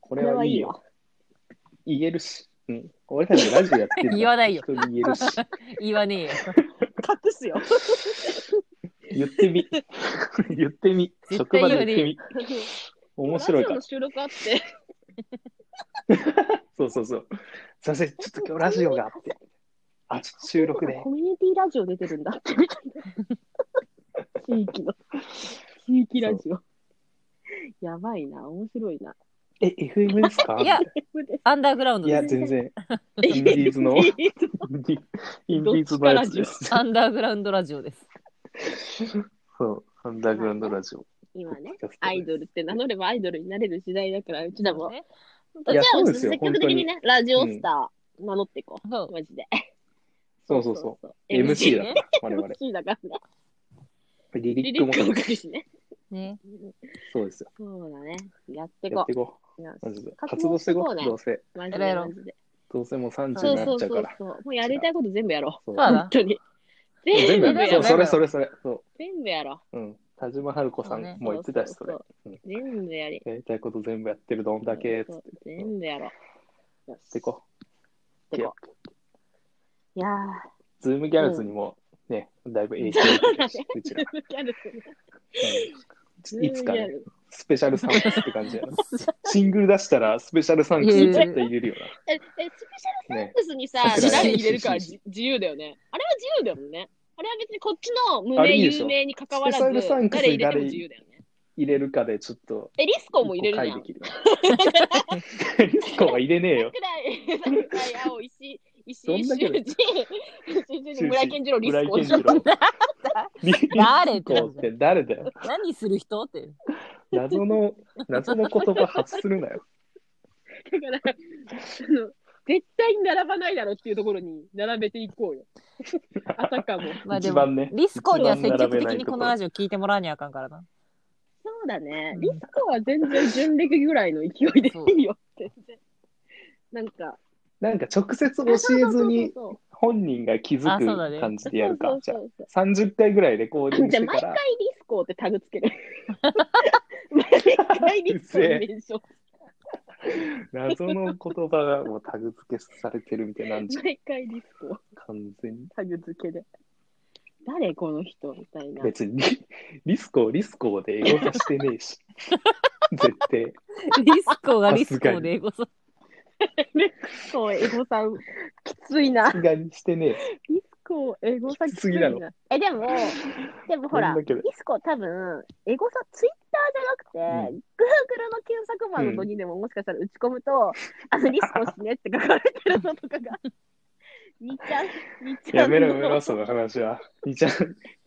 これはいい
こ
よ。言えるし。うん、俺たちラジオやってるから
言わないよ
人に言えるし。
言わねえよ
隠すよ。
言ってみ。 言ってみ。
絶
職
対
場
言う
で
ね
言ってみ。面白いか
ラジオ
ら
の。収録あって、
そうそうそう。すいません、ちょっと今日ラジオがあって。あ、ちょっと 収録で
コ。ミュニティラジオ出てるんだってみたいな。地域の。地域ラジオ。やばいな、面白いな。
え、FM ですか
いやアンダーグラウンド
いや
です。
全然。インディーズの、インディインディーズのやつです。
アンダーグラウンドラジオです。
そう、アンダーグラウンドラジオ。
今ね、
ポッドキャストです
アイドルって名乗ればアイドルになれる時代だから、うちらも。
ね
う
いや
ちら
そう
も
ですよ
積極的にね、ラジオスター名乗っていこ
そう
う。マジで。
そうそうそう
そう。
MC だ
ね
から、我々。
MC だからね。
リ
リ
リッ
リ
ク
ッ
も
クも書くしね。
ね。
そうですよ。
そうだね。やって
やっ
こ
ていこ
う。よ
う。マ
し
ジで。活動していこう、どうせ。
マジ
や
で、
ろう
マジで。
どうせもう30
そう
にな
そ
っ
う
ちゃう
そ
か
う
ら。
そう。もうやりたいこと全部やろ
そ
そ
う
うだ
う。本当に。
全
全
部
部
や
や
る
ろ
部や
そうう、
ろ
それそれそれ。そ
全部やろ
う。うん。田島春子さ
そ
ん
うね
もう言ってたし、それ。
そう
うん
う。全部やり。
やりたいこと全部やってるどんだけ、つって
そう。全部やろう。
や
やっ
っていこう。
やっていこう。いやー。
ズームギャルズにもね、だいぶ影響を受けた し、うちら。うんいつかね、スペシャルサンクスって感じやな。シングル出したらスペシャルサンクス絶対入れるよ
え、え、スペシャ
な。
ル
ね
サン。クスにさ、
桜
誰入れるかはじ自由だよね。あれは自由だもんね。あれは別にこっちの無
あれ
名、
いいでしょ
有名に関わらず、
スペシャルサンクス
誰
に
入れて
誰
も自由だよね。
入れるかでちょっと。
え、リスコも入れるじゃん。
一個回できるなリスコは入れねえ
桜
よ。
井、桜井青、石井、石
どん
井
だけ
修
だよ
二、石井修二、村健次郎、リスコ
村井健次郎リリ
誰
スコって誰だよ。
何する人って。
謎の、謎の言葉発するな よ。
だから、その絶対に並ばないだろうっていうところに並べていこ うよ。あたかも。
まあで
一
も、
番ね。
リスコには
一
積
番並
極
べ
的
ない
にこのラジオ聞いてもらわにゃあかんからな。
そうだね
う。ん
リスコは全然純歴ぐらいの勢いでいいよ。全然。なんか、
なんか直接教えずに
そう
本人が気づ
あそうだね
く感じで
そ
や
う
る
そ
か
う。
じゃ
そうそう
あ、30回ぐらいレコーディング
じ
し
ゃ
て
あ
か
毎
ら
回。リスコってタグつける。 毎回リスコの名称。
謎の言葉がもうタグ付けされてるみたいなんじゃん
毎回リスコ
完全 に。
タグ付けで。誰この人みたいな。
別にリリスコをリスコで英語化してねえ し。絶対。
リスコがリスコで英語さ。
そう、エゴさん、きついな。
気がにしてねえし。
リスコ、エゴさん
きついな。
え、でも、でもほら、
どん
リ
だけだ
スコ多分、エゴさん、ツイッターじゃなくて、
う
Google の検索バーの時でももしかしたら打ち込むと、あの、リスコ死ねって書かれてるのとかが、2ちゃん、2ちゃんの。
やめろやめろ、その話は。2ちゃん、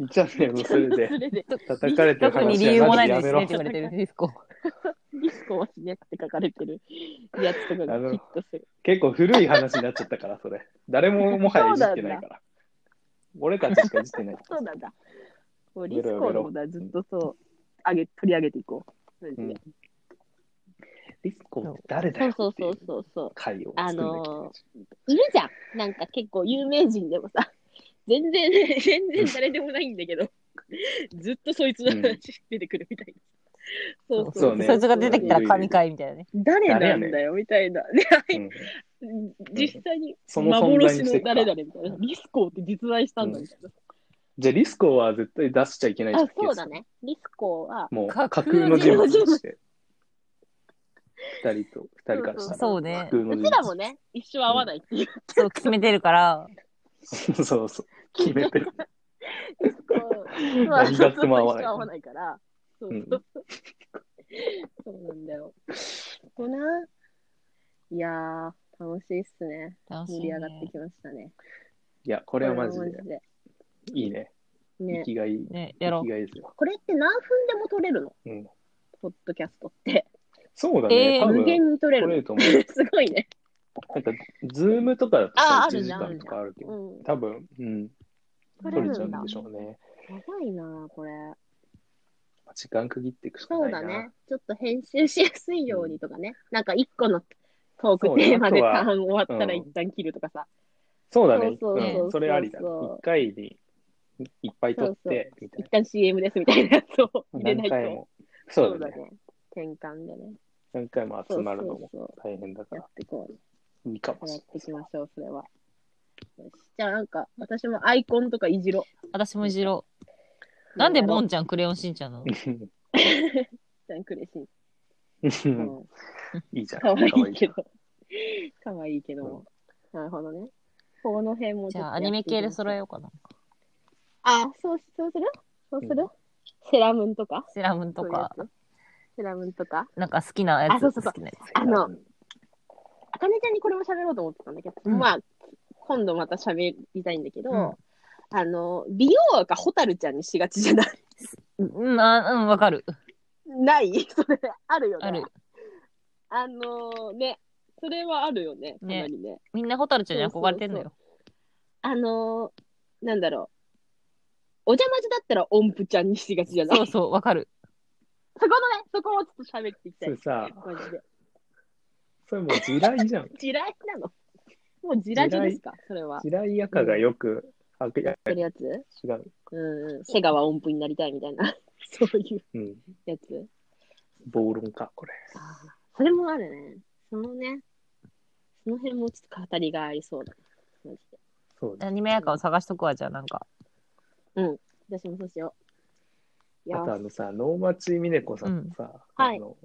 2ちゃんねのそれで
それで、
叩かれてる
特に理由
話
もな
はマ
い
ジ
のに死
や
ねって。言わ
めろ
れてるリスコ。
リスコは死ねって書かれてるやつとかがヒットする。
結構古い話になっちゃったから、それ。誰ももはやいじってないから。俺たちしかいじってない。
そうなんだ。もう
や
リ
めろ
スコのことはずっとそう、あげ取り上げていこう。
うんリスコって誰だ
そ
よ
うそう
ってい
そううそうそう。
回を作んなきゃいけない
あのいるじゃん。なんか結構有名人でもさ、全然、全然誰でもないんだけど、ずっとそいつの話出てくるみたいな。そう
そ
そうう
ね
そいつが出てきたら神回みたいなね。
誰なんだよみたいな。で、
うん
実際に
その存在
幻
にして
の
っか
誰々みたいな。リスコって実在したんだみたい
じゃあリスコは絶対出しちゃいけない
な。
じゃ
あ
ん、
そうだ。ね。リスコは、
もう架
架空
空の
の
人
人
物
物
として。二人と、二人からしたら。
そうね
架。空の
う
人
ち
物
らも。ね、一生会わないっていう。
そう、決めてるから。
そうそう。決めてる。
そう まあ
何だっても合わない
一生合わないから。そうそうそう。そうなんだよ。こな。いやー、楽しいっすね。
楽し
盛
い
り
ね
上がってきましたね。
いや、こ
こ
れはマジで
はマジで。
いいね。生
ね。
きがいい。
ね、や
生
ろ
きがいいですよ。
これって何分でも撮れるの
うん
ポッドキャストって。
そうだね。
えー
多分
無限に撮れ
取れ
る
ると
の。
思う。
すごいね。
なんか、ズームとかだと
あ
さ
ある
1
じ
時
ゃん
間とかあるけ
う
ど、
ん。
多分、うん、取
取れ
れ
る
ちゃうんん
だ。
でしょうね。
やばいな、これ。
まあ時間区切っていくしかな
そう
いな。
だね。ちょっと編集しやすいようにとかね。なんか一個の
そ
トーク
うね
テーマで
あ
タ
とは
ーン終わったら
うん
一旦切るとかさ。
そうだね。
そうそうそうそう
うんそれありだね。一回にいっぱい取って、みたい
一旦 CM ですみたいなやつを入
な。
れ
何
ないと。
回も。そうだね。
ね。転換でね。
何回も集
そう
まるの
そう
も
そ
大変だか
う。や
ら
っ、てこう。
いいかも
やっ
して
いきましょう、それは。よしじゃあなんか、私もアイコンとかいじろ
う。私もいじろう。なんでボ
ン
ンちゃんクレヨンしんちゃんなの
ちゃん苦しい。
れない。
うん
いいじゃん。
かわいいけ
か
ど。かわいいけども。なるほどね。この辺もち
じ
ょっと
ゃあ
や
ア
って
ニ
い
メ
きましょう
系で揃えようかな。
あ、そうし、そうするそうする、
うん
セラムンとか
セラムンとか
そういうやつセラムンとか。
なんか好きなや
あそう
つ
そう
好
そう
きなやつ
あの、あかねちゃんにこれも喋ろうと思ってたんだけど、
うん
まあ、今度また喋りたいんだけど、
うん
あの、美容がホタルちゃんにしがちじゃない
うんあうんわかる
ないそれ、あるよね。
ある
あのね、それはあるよね、か
ね
なりね。
みんなホタルちゃんに憧れてんのよ
あのなんだろう。お邪魔女だったら音符ちゃんにしがちじゃない
そうそうわかる
そこのね、そこをちょっと喋っていきた
そ
い
れ。さ、
マジで。
それもう地雷じゃん。
地雷なのもう地雷ですかそれは。
地雷やかがよく、あいや
やってるやつ
違う。
うん。セガは音符になりたいみたいな。 そういう
うん。
やつ。
暴論か、これ。
それもあるね。そのね、その辺もちょっと語りがありそうだな。マジで。
そうね。
アニメやかを探しとくわじゃあなんか
私もそうしよう。い
あ
や、
とあのさ、能町みね子さんのさ、
うん
あの、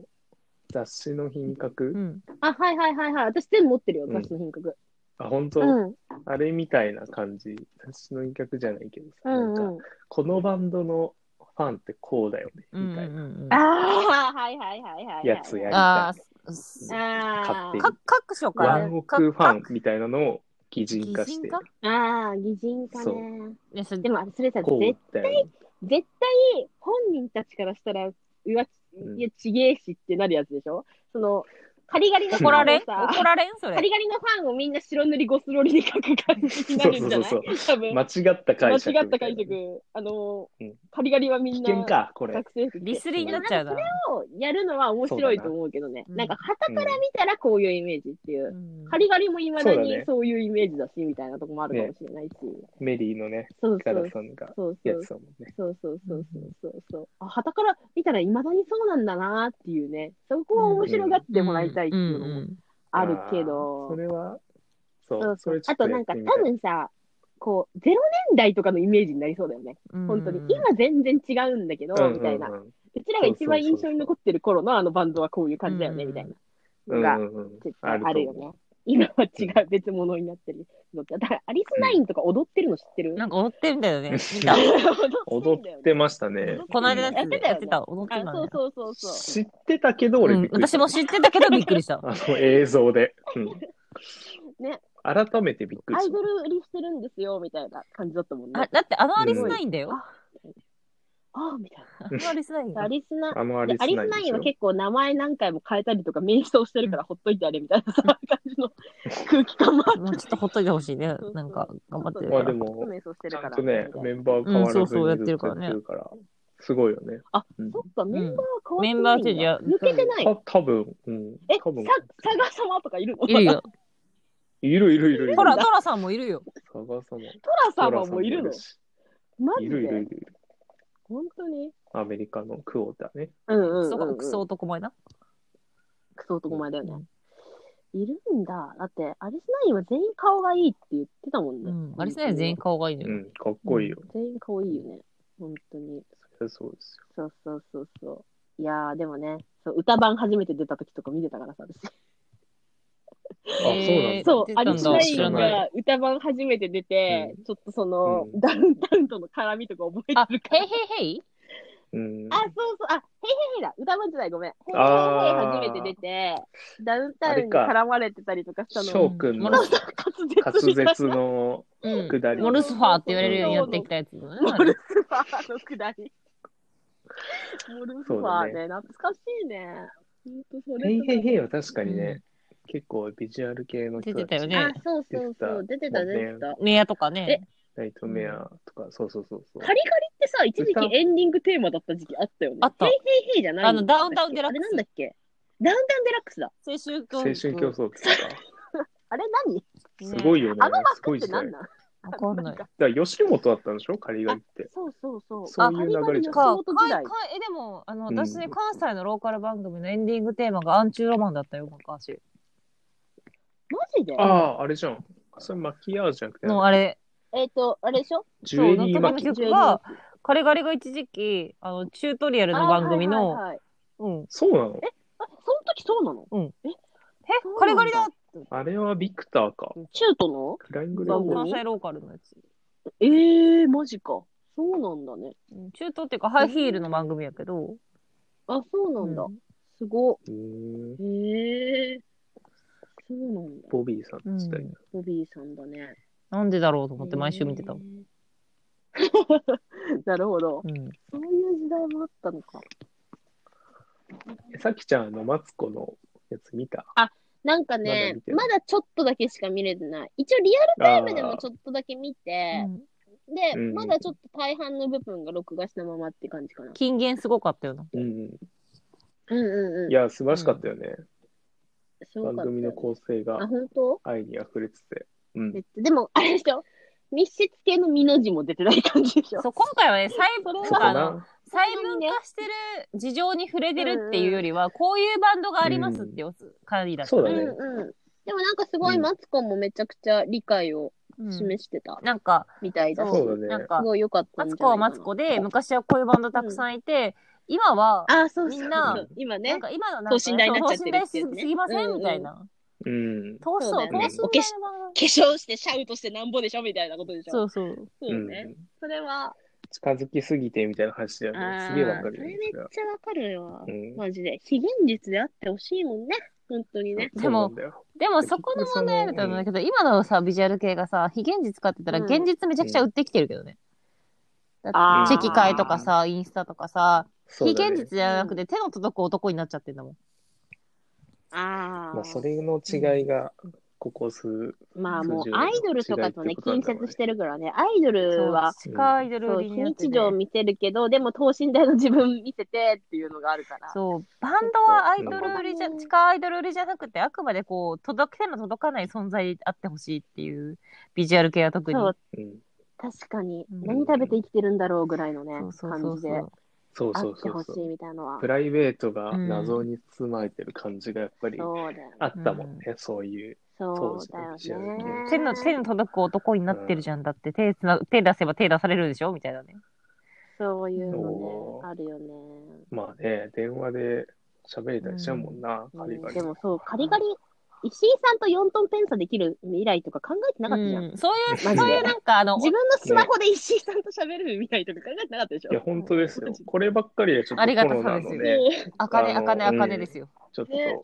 雑誌の品格、
うん
あ、はいはいはいはい。私全部持ってるよ、
うん
雑誌の品格。
あ、本当、
うん。
あれみたいな感じ。雑誌の品格じゃないけどさ、
うん
なんか、
うん。
このバンドのファンってこうだよね、
うん
みたいな。
うんうん
ああ、はいはいはいはいはい。
やつやり
あ
た
ーす
あ
勝手に
あ
か各所
い。
から
ワンオクファン
か
みたいなのを擬人化し
擬
て
人、化
ああ、擬人化
そ
ね。
いやそれ
でもあれ、それさ、
こう
ぜ
だよね。
絶対本人たちからしたら、うわ、
うん
いや、ちげえしってなるやつでしょその、カリガリのファン
怒られん
をさ
怒られんそ
カ
れ
リガリのファンをみんな白塗りゴスロリで描く感じになるんじゃない
そうそう
多分。
間違った
間
解
違
釈みいな。
った解釈。あのー
うん
カリガリはみ
危
んな
険か、これ。
学生服着て
リスリになっちゃうな
をやるのは面白いと思うけどね。
そう
な
だな
んか、旗から見たらこういうイメージっていうう。
ん
カリガリもいま
そ
だ
うだ
に
ね
そういうイメージだし、みたいなとこもあるかもしれないし。
メリーのね、
そう
ヒ
そ
カ
う
ラさんが
そうそ
や
う
つ。だもんね。
そうそうそうそうそうそう。あ、旗から見たらいまだにそうなんだなっていうね。そこを面白がってもらいたいっていうの
うんう
も
ん
あるけ
あー
ど
そ。れは、
そ
そうう、
そ
そうれちょ
あ
っと
と
や
な
っ
んか
てみたい。
多分さ、こう、0年代とかのイメージになりそうだよね。
うん
本当に。
うん
今全然違うんだけど、みたいな。
う
うんちらが一番印象に残ってる頃のあのバンドはこういう感じだよね、
うん
みたいな。
う
の
んうん
が
うんうんうん
絶対あるよ
と思
ね。今は違う別物になってるのって。だから、アリスナインとか踊ってるの知ってる
なんか踊ってんだ よね見
う
た
う。
踊
踊ってましたね。
この間
やってた
や
よ
って
ね。
た踊って
あ
たんだ
そ
よ
うそうそうそう。
知ってたけど、俺
う
び
ん
っくりし
私
た。
も知ってたけどびっくりした
あの映像で。うん
ね。
改めてびっくり
アイ
し
ドル売りしてるんですよ、みたいな感じだったもんね
あ。だってあのアリスナインだよ
うんああ、みたい
あのアリスナイン
な。アリスナ
た。あのア
で
リス
ア
ナイ
リ
ン
スナインは
でし
結構名前何回も変えたりとか、名称してるからほっといてあれみた いなさ感じの空気感もあっ
もうちょっとほっといてほしいね
そうそう。
なんか頑張って
ょ
る
ま
か
あで
ら。
も、
名称して
ち
る
ゃ
か
ん
ら。
とね
みた、いな
メンバー変わらず
うんそうそうや
に
って
ずっ
る
と
から
やっ
ね
てるから、すごいよね。
あ
うん、
そっか、メンバー変わ
メンバー
って
チェンジ
ないんだ
や。
抜けてない。
た多分、うん、
え、さ
多分、、
佐賀様とかいるの
いるよ。
いるいるいるいる。
トラ、トラさんもいるよ。
佐賀様。
トラ様もいるの
トラさ
マ
んもい
ジ
るしいるいるい
で
るいる。
本当に
アメリカのクオーターね。
うんうんうん
ク
うん。
ソ、クソ男前な。
クソ男前だよね。いるんだ。だって、アリスナインは全員顔がいいって言ってたもん
う
ね。
ん。アリスナイン全員顔がいいの
う
よ。
ん、かっこいいよ。
全員顔いいよね。本当に。
そりゃそうですよ。
そうそうそうそう。いやー、でもね、そう歌版初めて出た時とか見てたからさ、私。
えー
そう
出、た
ア
んだ
リスナイ
知ら
ン
な
が歌版初めて出て、ちょっとその、
うん
ダウンタウンとの絡みとか覚え
あ、
て
ヘイ
るか
ヘイヘイ
うん。
あ、そうそう、あ、へいへいへいだ、歌版じゃない、ごめん。へいへい
あー
へい初めて出て、ダウンタ
あ
ウン
れ
に
か
絡まれてたりとかしたの
翔くんの
そう
滑舌
滑
が
舌の
うん。
下り。
モルスファーって言われるようになってきたやつ。
モルスファーのくだり。モルスファーね、懐かしいね。ほんとそれ
へい
と
へいへいは確かにね、結構ビジュアル系の人た
出
ち
てたよね
あ、そうそうそう、出てた、
出
出
て
て
た
た。
ネアとかね。
ナイトメアとか、そうそうそうそう。
カリカリってさ、一時
歌
期エンディングテーマだった時期あったよね。
あった
ヘイヘイヘイじゃない
あのダウンタウンデラックス
あれなんだっけダウンタウンデラックスだ。
青春教
青春競争とか、
あれ何
すごいよね。
あの
す
枠
ごい
って
時代。
何
だか
なん
わかんない。か、
ら吉本だったんでしょカリガリって。
そうそうそう。
そういう流れじゃん
カ
か
リカリのショート時代
か。え、でも、あの、
うん
私ね、関西のローカル番組のエンディングテーマがアンチュロマンだったよ、昔。
マジで
ああ、あれじゃん。それマキアージュじゃなくて、
の、あれ、
えっと、あれでしょ
ジュエリー
そう
マ
の
キ。
曲が、カリガリが一時期、あの、チュートリアルの番組
あはい
の、
はいはい
うん。
そうなの
あその時そうなの
え
そうなんだ、
カリガリだ
あれはビクターか。
中途の
フライングレ
番
コード
組
関西ローカルのやつ。
ええー、マジか。そそうなんだね。
うん中東っていうかハイヒールの番組やけど。
あ、そうなんだ。
うん
すごっ。
うーん
へえ。そうなんだ。
ボビーさん自体
うん
ボビーさんだね。
なんでだろうと思って毎週見てた。
へえ なるほど。
うん。
そういう時代もあったのか。
さきちゃん、あの、マツコのやつ見た
なんか
まだ
ね
見、てない
まだちょっとだけしか見れてない。一応リアルタイムでもちょっとだけ見て、
う
で、
ん
まだちょっと大半の部分が録画したままって感じかな。
金言すごかったよな。
うんう。
うんうんうんん。
い、や、素晴らしかったよね。
すごか
番
ったよ
組
ね
の構成
あ、
が
本当
愛に溢れてて。うん
め。っちゃでも、あれでしょ密室系の身の字も出てない感じでしょ
そう今回はね細
それ
分
そ
は
こ
化
な
の。細分化してる事情に触れてるっていうよりは、こういうバンドがありますっていう感じだった
そう
う
だ
ん
ね
うん。でもなんかすご
う
い、
ん
マツコもめちゃくちゃ理解を
うん
示してた
なんか、
みたいだし、
そうだね
なん
す
か、
ごい良かっ
マ
たんじ
ツ
ゃ
コは
ないかな
マツコで、昔はこういうバンドたくさんいて、今は、
あ、そうそう
み
そうん
な
今ね。
なんか今のなんか、
等身大になっちゃってるっていう
そう等身
ね
大すぎませんみたいな。
うん。
等身
そうだよ
大
ね
の
お
化し化粧してシャウトしてなんぼでしょみたいなことでしょ
そうそう。
そう
う
ね、
ん。
それは、
近づきすぎてみたいな話だよね。すげえわかる
そ
よ
れ
ね
めっちゃわかるよ、
それはうん
マジで。非現実であってほしいもんね。本当にね。
でも
そうなんだよ
でもそこの問題あると思うんだけど、今のさ、ビジュアル系がさ、非現実かって言ったら、
うん
現実めちゃくちゃ売ってきてるけどね。
あー
チェキ会とかさ、インスタとかさ、
そ
非
うだね
現実じゃなくて手の届く男になっちゃってんだもん。
ああ、
まあ、それの違いが、ここ数、
まあもう
数十
ア
年
イドルとかと
違い
ね
って、ことなん
近
だろうね
接してるからね。アイドルは、
地下アイドル
そう、
売り
非
になって
日
て
常を見せるけど、でも等身大の自分見せてっていうのがあるから。
そう、バンドはアイドル売りじゃ、
うん
地下アイドル売りじゃなくて、あくまでこう、届け手の届かない存在であってほしいっていう、ビジュアル系は特に。
そう
うん。
確かに、
うん
何食べて生きてるんだろうぐらいのね、
そうそうそ
感
う
じで
そう。
そう
あ
そ
っ
う
て
そ
ほ
う
し
そう
い。みたいなのは
プ。ライベートが謎に包まれてる感じがやっぱり
そうだよね。
あったもんね、そういう。
そうだ
当時の
よね。
手の、手の届く男になってるじゃんだって、手つな、手出せば手出されるでしょみたいなね。
そういうの
お
ね、
ー
あるよね。
まあね、電話で喋れたりしちゃうもんな、カリカ
う
リ
んで。もそう、カリガリ、石井さんと4トンペン差できる未来とか考えてなかったじゃん。
うん、そういう、
マジで
そういうなんか、あの、
自分のスマホで石井さんと喋る未来とか考えてなかったでしょ
いや、。本当ですよ。こればっかりはちょっ
あ
と
り
コ
がた
ロ
さ
ナ
です
の
よ
ね、
あかね、
あ
あ
の
かね、あかねですよ。
ちょっと、
ね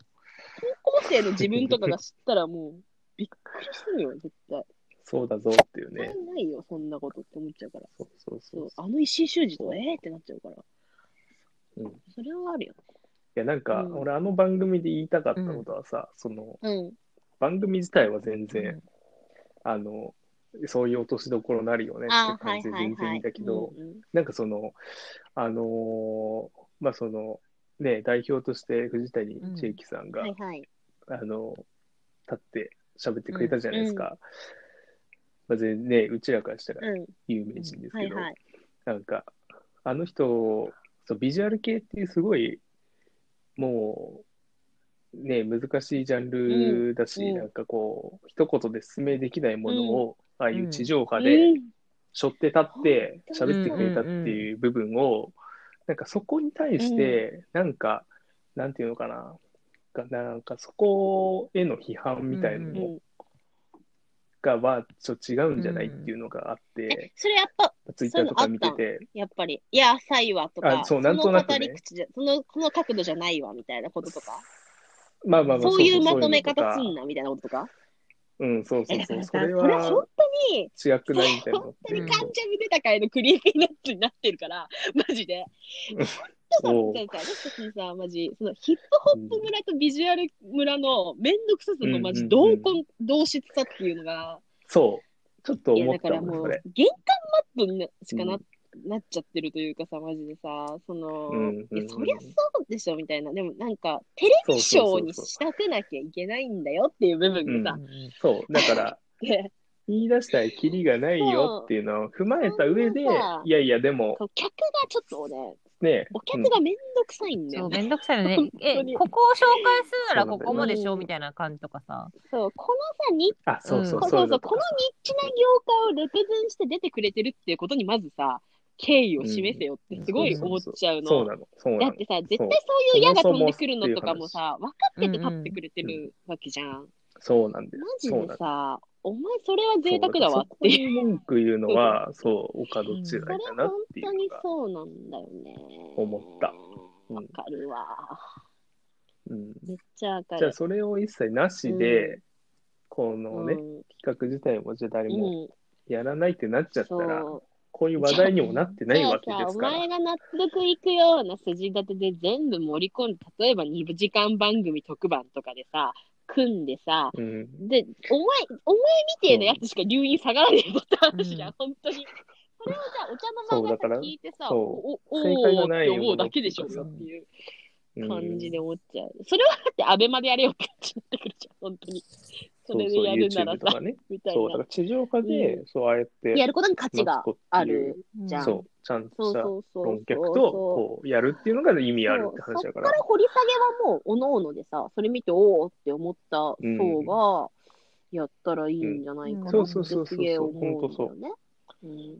高校生の自分とかが知ったらもう、びっくりするよ、絶対。
そうだぞっていう ね。
ないよ、そんなことって思っちゃうから。
そうそう
そ
そうう。、
あの石井修二と、えーってなっちゃうから。
うん
それはある
い
よ。
や、なんか、
うん
俺、あの番組で言いたかったことはさ、その、
うん。
番組自体は全然、
うん
あの、そういう落としどころになるよねって感じで全然いいんだけど、
うん
なんかその、あのーまあその、ね、代表として藤谷千恵紀さん
うん
が、
はいはい。
あの、立って喋ってくれたじゃないですか。まあ、全然ね、うちらからしたら
うん。
有名人です
は
け
い
ど、
はい。
なんか、あの人、そうビジュアル系っていうすごい、もう、ね、難しいジャンルだし、
うんうん
なんかこう、一言で説明できないものを、ああいう地上波で、
うん
しょって立って
本当に
喋ってくれたっていう部分を、なんかそこに対して、なんか、なんていうのかな、がなんかそこへの批判みたいな
うん
う
の
ん
がはちょっと違うんじゃないっていうのがあって、
それやっぱ、
ツイッターとか見てて、
やっぱり、いや、浅いわとか、
あそうなんとなく
その
ね
語り口じゃ、その、その角度じゃないわみたいなこととか、
まあまあまあ、
そういう
そ
ま
う
とめ
そういうの
方
と
す
か
んなみたいなこととか。
うん、そうそ
え
う
だか
そう、
らさ
それ
それ本
は
当に、
違くないみたいなのって
それ
関ジャム出た回のクリーピーナッツになってるから、 マジで。
お
本
う
当さ、私たちにさ、マジ、そのヒップホップ村とビジュアル村のめんどくささのマジ、
うんうんうんう
同
ん
根、同質さっていうのが、
そう、ちょっと
いや、
思っ
だか
た
ら
もん、
も
そうれ。、
玄関マットになしかな、なっちゃってるというかさ、マジでさ、その、
うんうんうん
いやそりゃそうでしょみたいな、でもなんか、テレビショーに仕立てなきゃいけないんだよっていう部分がさ、
そう、だから、
で
言い出したらキリがないよっていうのを踏まえた上で
そうそんなさ、
いやいや、でも
こ、う客がちょっとね、
ね、
お客がめんどくさいんだ
そ
よ
う、
ね。。
めんどくさいよね
本
え
当、に
ここを紹介するならここもでし
う
ょ
ん
みたいな感じとかさ。
そう、このさ、ニッ
あ、そうそうう、
そうそう
いのとか
このニッチな業界をレプゼンして出てくれてるっていうことにまずさ、敬意を示せよってすごい思っちゃうの。
そうなの、そうな
だ
の
って。さ、絶対そういう矢が飛んでくるのとかもさ、分かってて
うんうん
立ってくれてるわけじゃん。
そうなんです。
マジでさ、お前それは贅沢だわっていう。
そうだからそこに文句言うのは、そう、岡戸時代だ
それ
なっ
本
てい
当に
うのが。
そうなんだよね。
思ったうん
わかるわ。
うん、
めっちゃわか
じゃあ、
る。
それを一切なしで、このね、企画自体も時代
うん
も
うん
やらないってなっちゃったら、
そう
こういう話題にもなってないわけですか
じゃあさお前
ら。
が納得いくような筋立てで全部盛り込んで、例えば2時間番組特番とかでさ、組んでさ、
うん、
で、お前、お前みてえなやつしか留飲下がらねえぞって話じゃん、
うん
本当に。それをじゃあ、お茶の間
そうだか
が
ら
さ聞いてさ、
そう
お
正
お
解
お
が
ーっ
ない
て思うだけでしょうよっていう感じで思っちゃう。それはだって、アベマでやれよって感じになってくるじゃん、本当に。それでやるなら
そうそう YouTube と
さ、
かね。
みたい
そう、だか
な
ら。地上波で、
う
そう、ああやって、
やることに価値がある
うん
じゃん。
そう、ちゃんと
そう
した
そうそうそう。
論客と、こう、やるっていうのが意味あるって話だから
そっから。掘り下げはもう、おのおのでさ、それ見て、おおって思った層が、やったらいいんじゃないかな
うん
ってすげえ思うんだよね。うん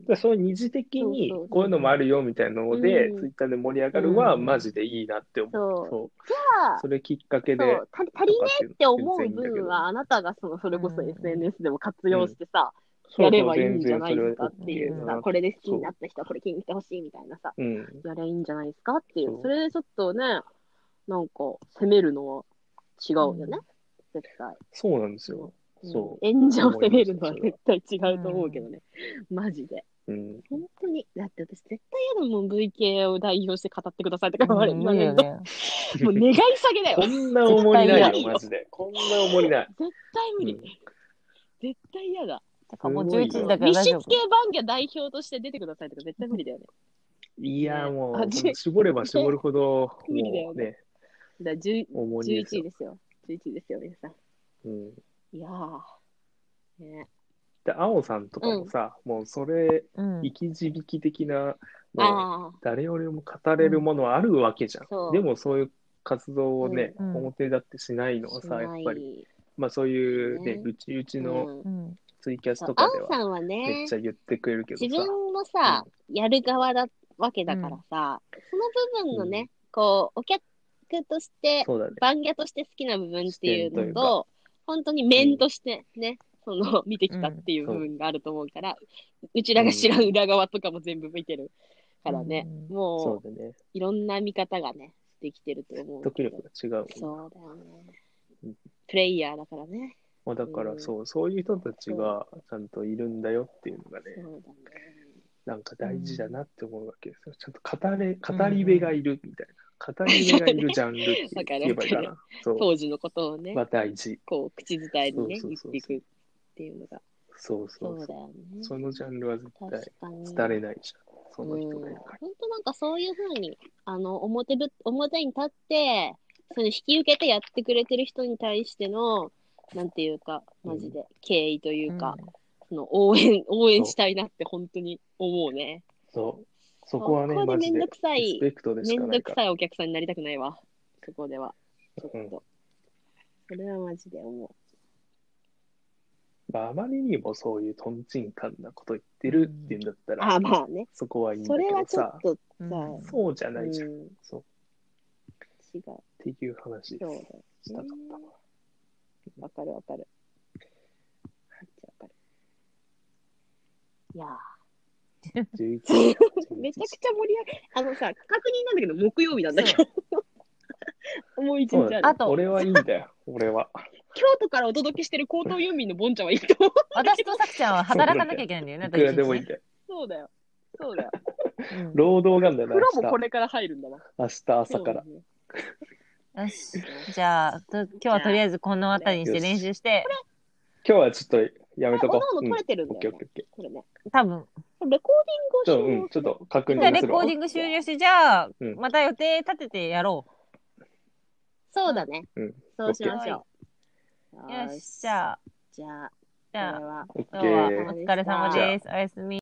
でそういう二次的に
そうそう
こういうのもあるよみたいなので、
うん
ツイッターで盛り上がるは
うん
マジでいいなって思う。
そう
そう
まあ
それきっかけで
そうた足りね
えっ
って思う分は、あなたがそのそれこそ
うん
SNS でも活用してさ、やればいいんじゃないですかっていう
そうそう全然それは OK だ
さ、これで好きになった人はこれ気に入ってほしいみたいなさ、
うん、
やればいいんじゃないですかっていう
そ、う
それでちょっとね、なんか、攻めるのは違うよね、絶対。
そうなんですよ。そ
演者を責めるのは絶対違うと思うけどね。マジで。
う。うん。
本当に。だって私絶対嫌だもん、VK を代表して語ってくださいとか言われ
無理
る
よ
と。
ね。
もう願い下げだよ
こ。んな重り
絶
ない
対
よ、
嫌
マジで。こんな重りない。
絶対無理。
うん
絶対嫌だ。
だからもう
すご
11
いよ
時だから
密
大
室系
丈
バ
夫。
ンギャ代表として出てくださいとか絶対無理だよね。
いや、も
あ
う、
じ
絞れば絞るほど、
無理だよ
もうね、
だから10 11
重りです
位
よ。
ですよ。11位ですよ、皆さん。
うん。
いやー。ね、
で、青さんとかもさ、もうそれ、
うん
生き字引き的な、もう、
ああ、
誰よりも語れるものはあるわけじゃん。
そう
でもそういう活動をね、
うん
表立ってしないのはさ、やっぱり、
り。
まあそういうね、
ね
うちうちの
うん
うん
ツイキャス
そう
と
ア
かで
ン
は
さんはね、
めっちゃ言ってくれるけどさ
自、分もさ、やる側だわけだからさ、その部分のね、
うん
こうお客として
そうだね。
番屋として好きな部分ってい
視点
うの
とい
と本当に面としてね、その見てきたっていう部分があると思うから、うちらが知らん裏側とかも全部見てるからね、
う
も
そううだね。
いろんな見方がねできてると思う
得
け
力
ど
が違うもんね。
そうだよね、
うん
プレイヤーだからね
まあ、だからそう、そういう人たちがちゃんといるんだよっていうのが
そう
ね、
だね
なんか大事だなって思うわけですよ。ちゃんと語れ、語り部がいるみたいな。語り部がいるジャンルって言えばいいか
わかる
な。そ
当時のことをね
う。は大事。
こう口伝えにね
そうそう
言っ
そうそう
ていくっていうのが
そうそ
そうう
そ
だ
う。
よね
そのジャンルは絶対
確かに
伝れないじゃん。そ
うん
の人がいるから。
本当なんかそういうふうにあの表ぶ表に立ってその引き受けてやってくれてる人に対してのなんていうかマジで敬意というか、その応援応援したいなって本当に思うね
そう。そこはね、
そこで
マジ
めん
で
どくさ
リ
い
スペクトでし
め
か
ん
な
ど
いか
く
ら。
さいお客さんになりたくないわそこではちょっと、
うん
それはマジで思う
まああまりにもそういうとんちんかんなこと言ってるっていうんだったら、
ああまあね
そこはいいんだ
そ
け
れは
ど
ちょっ
さ、
とさ、
うん
そうじゃ
う
ない
ん、
じゃん。っ
違う
そう
そう
ていう話
だ
で
よ
す。したかったわ。
わかるわかる。めっちゃわかる。いや
11
ー、めちゃくちゃ盛り上がる。あのさ、確認なんだけど、木曜日なんだけど。もう一日ある。
あ
あ
と
俺はいいんだよ、俺は。
京都からお届けしてる高等郵便のボンちゃんはいいと思う。
私とさきちゃんは働かなきゃいけないんだよね。
い
あ
く
と
らでもいいん
一
だよ。
そうだよ。そうだよ。
日ねうん
労働があんだ
風
よ
呂も
な、
これから入るんだな。
明日、明日朝
そう
か
だ
ら。
ね
よし。じゃあ、と今日はとりあえずこのあたりにして練習して、
今日はちょっとやめと
これ
こ
おのお
う。
の取れてるん
オッ
だ
ケー
よ
オッケー
ね
オッケー。
これね。
多分、
これレコー
ち
ディ
ょ
ン
っと、
グ
う
を
ん、ちょっと確
じゃあ
認
レ
する
コ
わ
ー。ディング終了して、じゃあ
うん、
また予定立ててやろ
そうだね
うん。
そうしましょ
う。
う。
よし、じゃあ、
じゃあ、
じゃあ、
こ
オ
れは
ッケ
今日はお
ー。
疲れ様です。おやすみ。